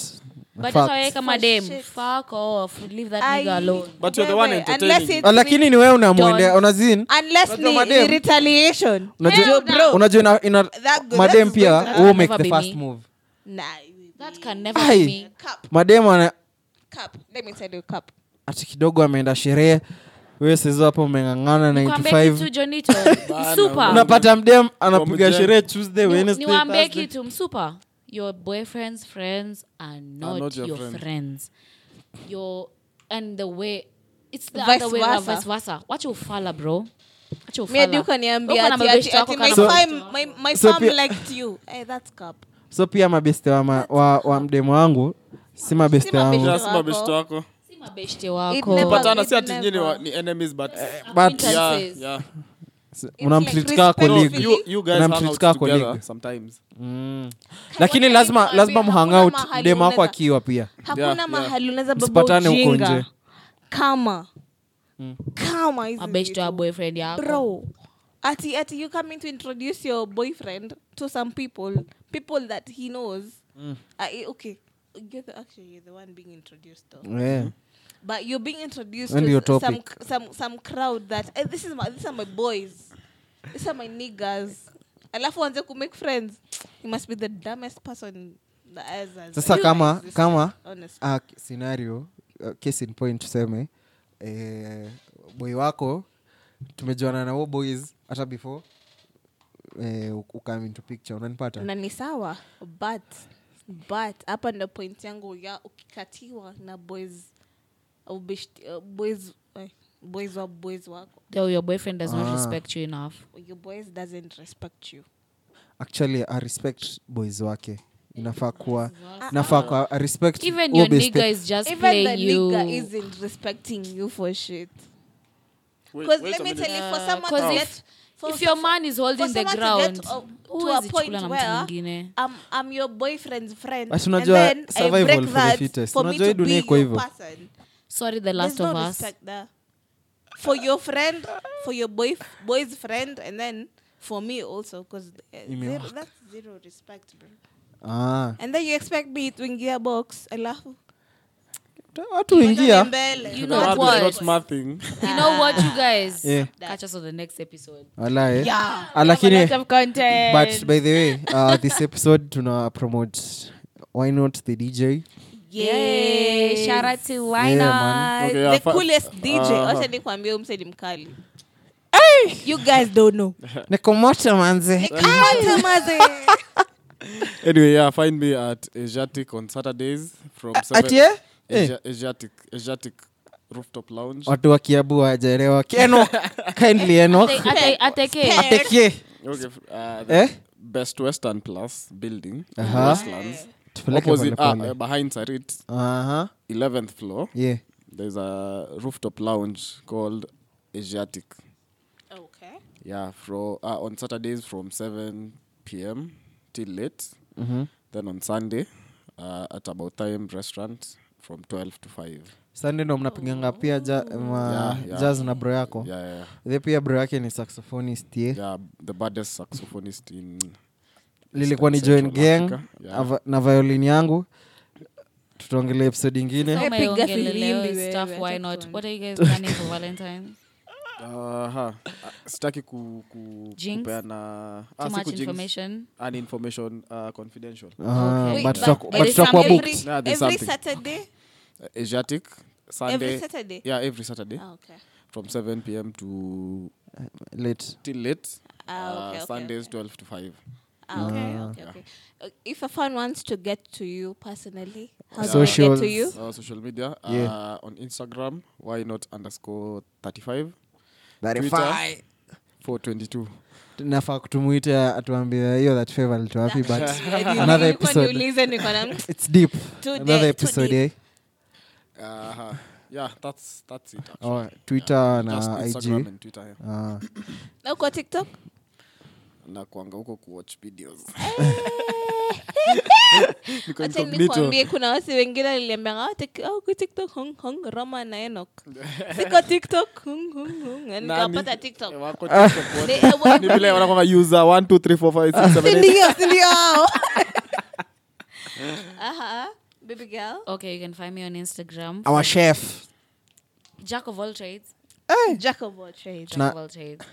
but Facts. wewe kama For dem shit. fuck off leave that I- nigga alone But you're the one Wewe, entertaining. unless it's Ah, lakini ni- ni wewe unamwendea unazin unless Unajua ni, madem? ni retaliation Unajua- Yo, bro unajua ina, ina That good- madem that's pia good. who make Never the be first me. move nah that can never Ai. be me cup madem ana cup let me tell you cup ati kidogo ameenda sherehe wewe sezo hapo umeng'ang'ana Nikwambie 95 kitu jonito msupa unapata mdem anapiga Wamejaa. sherehe tuesday Ni- wednesday niwaambie Thursday. kitu msupa your boyfriends friends are not, not your your, friend. friends your and the way it's the Vice other way around, versa. vice versa wacha ufala bro wacha me ufala hadi ukaniambia Uko na ati- mabeshte ati- wako ati kana my mabeshte fam wako. my my So fam pia- liked you eh that's cup so pia mabeste wa, ma, wa, wa mdemu wangu si mabeste Si mabeste. wangu Wako. just mabeshto wako Si mabeshte never- wako But- patana si ati Never. nyinyi ni wa- ni enemies but eh, but yeah Acquaintances. yeah unamtreat like kaa respect. no, Colleague. colleague you, you guys Na hang mtreat kaa out together colleague. sometimes lakini Wala lazima nikwambie, lazima hakuna mhangout mahali mdemu wako unaweza- akiwa pia hakuna Yeah, yeah. mahali unaweza baba Msipatane huko ujinga nje. kama Mm. kama hizi mabeshte wa vitu. boyfriend Ah, yako bro ati ati you coming to introduce your boyfriend to some people people that he knows Mm. Ah, eh, okay you're the, actually you're the one being introduced though yeah. but you're being introduced And to your s- some topic. c- some some crowd that eh, this is my these are my boys these are my niggas alafu anze ku make friends you must be the dumbest person that has- has sasa ever kama existed, kama honestly. ah, k- scenario ah, case in point tuseme eh, boy wako tumejuana na huo boys hata before eh, u- ukam into picture unanipata na ni sawa but but hapa ndo point yangu ya ukikatiwa na boys ubishti- uh, boys eh, boys wa boys wako though your boyfriend does not respect you enough your boys doesn't respect you actually i respect boys wake inafaa kuwa inafaa kuwa I respect even huo your beste. nigga is just even the playing you nigga isn't respecting you for shit Wait- because wait let a me minute. tell you for Uh, someone cause to if- get for, if your for- man is holding for the someone to ground get, uh, who to a is point chikula na mtu where mwingine I'm, I'm your boyfriend's friend But and unajua then I survival break for the that fittest. for me Unajua hii to be dunia iko your hivyo. person sorry the last There's of no us respect there. For your friend, for your boy, boy's friend, and then for me also, because zero, Imewaka. that's zero respect, bro. Ah, And then you expect me to ingia box, alafu. watu wengia Mbele. you That know is what not my thing you know what you guys Yeah. catch us on the next episode alae Yeah. Ah, lakini of content but by the way uh, this episode tuna promote why not the dj Yay. Shout out to why Yeah, not? man. Okay, The yeah, fa- uh, coolest DJ. Uh-huh. Wacha nikwambie huyu msee ni mkali. You guys don't know. nikomota manze Nikamwata maze. anyway yeah find me at asiatic on saturdays from seven- atie Asia- asiatic asiatic rooftop lounge watu wa kiabu wajaelewa keno kindly eno Ate- ate- ateke. atekie okay, f- uh, the eh best western plus building in Aha. westlands tupeleke Opposite- ah, polepole. uh, behind sarit aha 11th floor yeah there's a rooftop lounge called asiatic Okay. yeah fro, uh, on saturdays from 7 p.m till late then on sunday uh, at about time restaurant from 12 to 5 sande ndo mnapiganga pia ja, ma, Yeah, yeah. jazz na bro yako yeah yeah, yeah. the pia bro yake ni saxophonist ye yeah the baddest saxophonist in lilikuwa ni Central join gang Africa, yeah. ava- na violin yangu tutaongelea episode So ingine umeongelea filimbi wewe, stuff, why acha not? tuone. What are you guys planning for Valentine's? Aha. Ah, sitaki ku, ku, Jinx? kupeana Too ah, si much kujinx. information. an information uh, confidential Ah, Okay. but Wait, tutaku- but but there is tutakuwa something- booked. Yeah, Every there's every something. Saturday. Uh, asiatic sunday Every Saturday. Oh. yeah every saturday Ah, Okay. from 7 p.m to Late. till late Ah, uh, okay, okay, Sundays okay. 12 to 5. Ah, okay, okay, okay. Uh, If a fan wants to get to you personally, how do they get Socials. to you? Uh, social media uh, Yeah. on Instagram, why not underscore 35 35. 422. nafaa kutumuita atuambia hiyo that favor alitoa wapi but another episode. episode. it's deep Today, another episode today. eh? Uh, yeah, that's that's it. oh, Actually. twitter Just na Instagram ig and Twitter. Yeah. Ah. Na uko TikTok? na kuanga huko kuwatch videos. Niko Acha incognito. nikwambie kuna wasi wengine "Ah, aliliambianga uko TikTok hung, hung, Roma na Enoch. Siko TikTok hung, hung, hung. Na Nani? nikapata TikTok. Wako TikTok wote. Ni- eh, wa- Ni vile wanakwanga user 1 2 3 4 5 6 7 8. Sindio, sindio. Aha. Baby girl. Okay, you can find me on Instagram. Our chef. Jack of all trades. Eh. Jack of all trades. Jack Na- of all trades.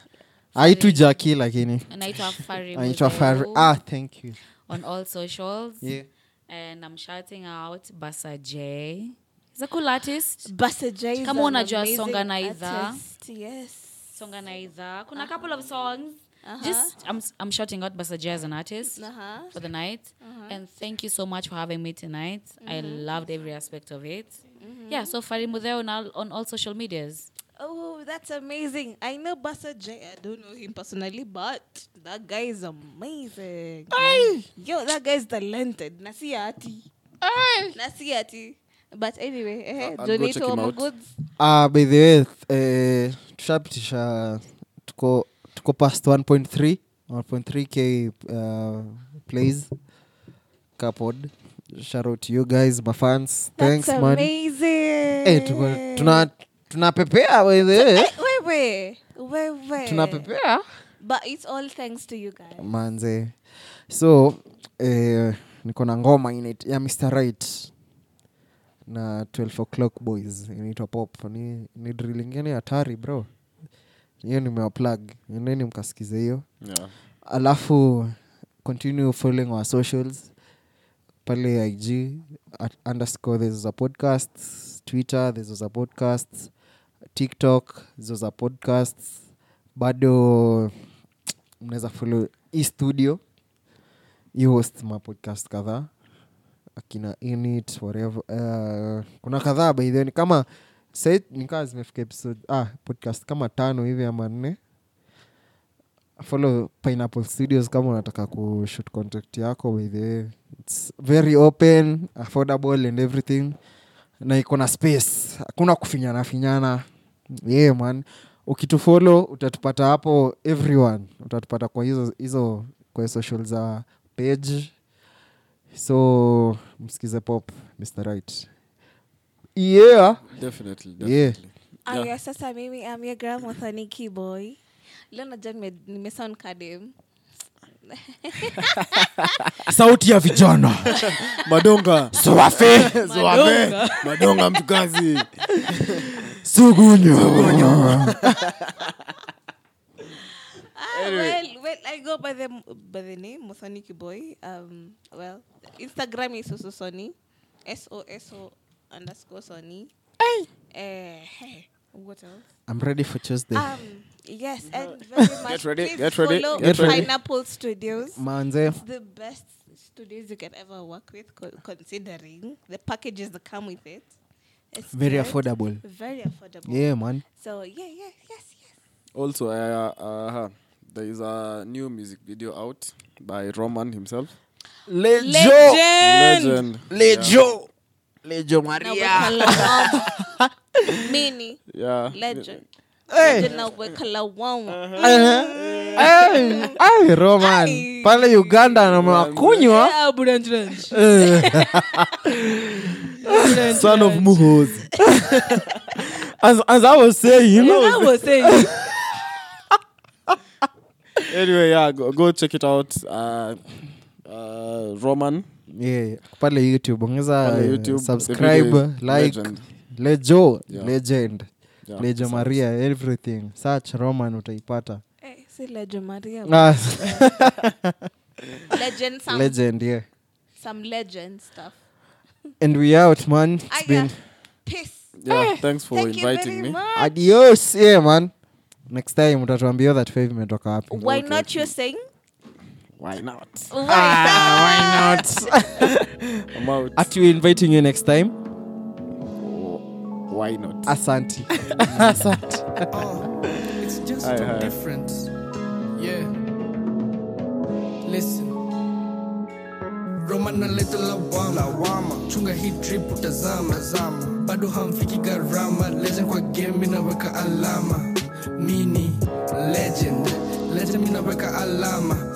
aitu jaki lakini Anaitwa Fari. anaitwa far Muthairu ah thank you On all socials. yeah. And I'm shouting out Basa J. He's a cool artist. Basa Jay is Kama an unajua amazing songa na idhaa. artist, Yes. Song anaitha. Kuna a couple of songs. Just I'm I'm shouting out Basa J as an artist. Uh-huh. for the night. And thank you so much for having me tonight. I loved every aspect of it. Yeah, so Fari Mudeo on all, on all social medias. Oh, that's amazing. I know Basa J. I don't know him personally, but that guy is amazing. Yo, that guy is talented. Nasiati. Nasiati. But anyway, eh, I'll go check Jonito him Omo out. Goods. Ah, by the way th- eh, tushapitisha tuko tuko past 1.3 1.3k uh, plays kapod shout out to you guys my fans That's thanks man amazing. Eh, tuko- tuna tunapepea by the way Eh, wait, wait. Wait, wait. tunapepea But it's all thanks to you guys. Um, manze so eh, niko na ngoma inait, ya mr right na 12 o'clock boys inaitwa pop ni, ni drill ingine hatari bro hiyo nimewaplug neni mkasikize hiyo Yeah. alafu continue following our socials pale ig at underscore there's a podcast twitter there's a podcast tiktok zoza podcast bado mnaweza follow hii studio hii host mapodcast kadhaa akina init whatever uh, kuna kadhaa baidheni kama sai nikaa zimefika episode ah, podcast kama tano hivi ama nne follow pineapple studios kama unataka kushut contact yako by the way its very open affordable and everything na iko na space hakuna kufinyana finyana yeah man ukitufolo utatupata hapo everyone utatupata kwa hizo hizo kwa social za page so msikize pop mr right yeah Definitely. Yeah. definitely. Aya, sasa mimi am your girl Mwathani Keyboy. Leo najua nime- nimesound kadem. sauti ya vijana Madonga. sowafe Madonga. Madonga mtukazi. sugunyo Ah, well, well, I go by the by the name Muthoni Kiboy. Um, well, Instagram is also Sony, S O S O underscore Sony. Hey. Uh, hey, what else? i'm ready for tuesday Um, yes, and very much. Get ready, please get ready, follow get ready. Pineapple Studios. manze The best studios you can ever work with, co- considering the packages that come with it. It's very good, affordable Very affordable. yeah man So yeah, yeah, yes, yes. Also, uh, uh, there is a new music video out by Roman himself. Legend. Lejo. Lejo Maria. Yeah. Mini. Yeah. legend Legend na Uh-huh. uwekalawawa. Ay, ay, roman pale uganda namakunywa Yeah, Buranj Ranj. Son of Muhoz. as, as i was saying I was saying, anyway, yeah, go, go check it out. Uh, uh, Roman. yeah, pale youtube ongeza Pale eh, YouTube, the subscribe video is like legend. lejo Yeah. legend Yeah. lejo maria everything search roman utaipata eh, si legend Maria. Ah, Legend, some legend yeah some legend stuff. and we out man it's Aya, been peace. Yeah, thanks for Ah, Thank you inviting very me. much. adios yeah man next time utatuambia hiyo 35 imetoka wapi Why not you're saying? Why not? Why Ah. I'm out. Ati we're inviting you next time Why not? asanti Oh, it's just Aye, a aye. difference. Yeah. Listen. Roman na leta lawama. lawama chunga hii trip utazama zama bado hamfiki gharama legend kwa game inaweka alama mini legend legend minaweka alama Ah,